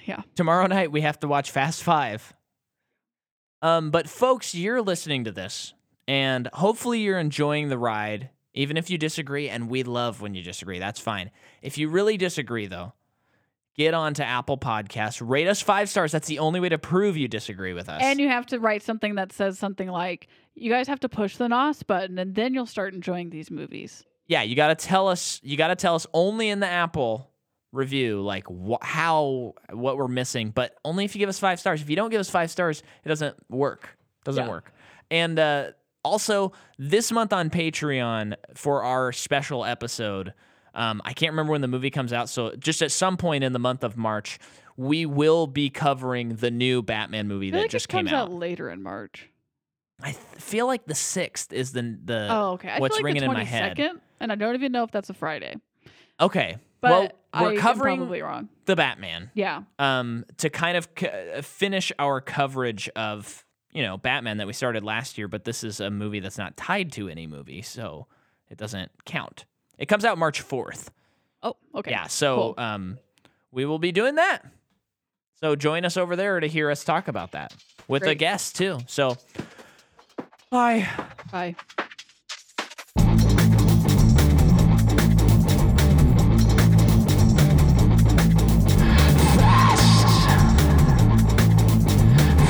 S2: Yeah.
S1: Tomorrow night we have to watch Fast Five. Um, but folks, you're listening to this, and hopefully you're enjoying the ride, even if you disagree. And we love when you disagree. That's fine. If you really disagree, though, get on to Apple Podcasts, rate us five stars. That's the only way to prove you disagree with us.
S2: And you have to write something that says something like, you guys have to push the NOS button and then you'll start enjoying these movies.
S1: yeah, you got to tell us. You got to tell us only in the Apple review, like wh- how what we're missing, but only if you give us five stars. If you don't give us five stars, it doesn't work. Doesn't
S2: Yeah.
S1: work. And uh, also this month on Patreon for our special episode. Um, I can't remember when the movie comes out, so just at some point in the month of March, we will be covering the new Batman movie
S2: I feel
S1: that
S2: like
S1: just
S2: it comes
S1: came out.
S2: later in March.
S1: I th- feel like the sixth is the the
S2: oh, okay. I
S1: Uh, what's
S2: feel like
S1: ringing
S2: the
S1: in my head?
S2: 22nd, And I don't even know if that's a Friday. Oh.
S1: okay.
S2: But
S1: well, we're
S2: I am
S1: covering
S2: probably wrong.
S1: the Batman
S2: Yeah.
S1: um, to kind of c- uh, finish our coverage of you know Batman that we started last year, but this is a movie that's not tied to any movie, so it doesn't count. It comes out March fourth.
S2: Oh, okay.
S1: Yeah, so
S2: cool.
S1: um, we will be doing that. So join us over there to hear us talk about that with a
S2: Great.
S1: guest too. So bye.
S2: Bye.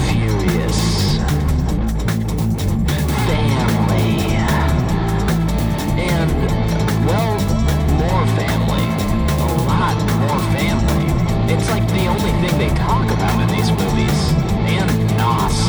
S3: furious family and well more family a lot more family it's like the only thing they talk about in these movies and nos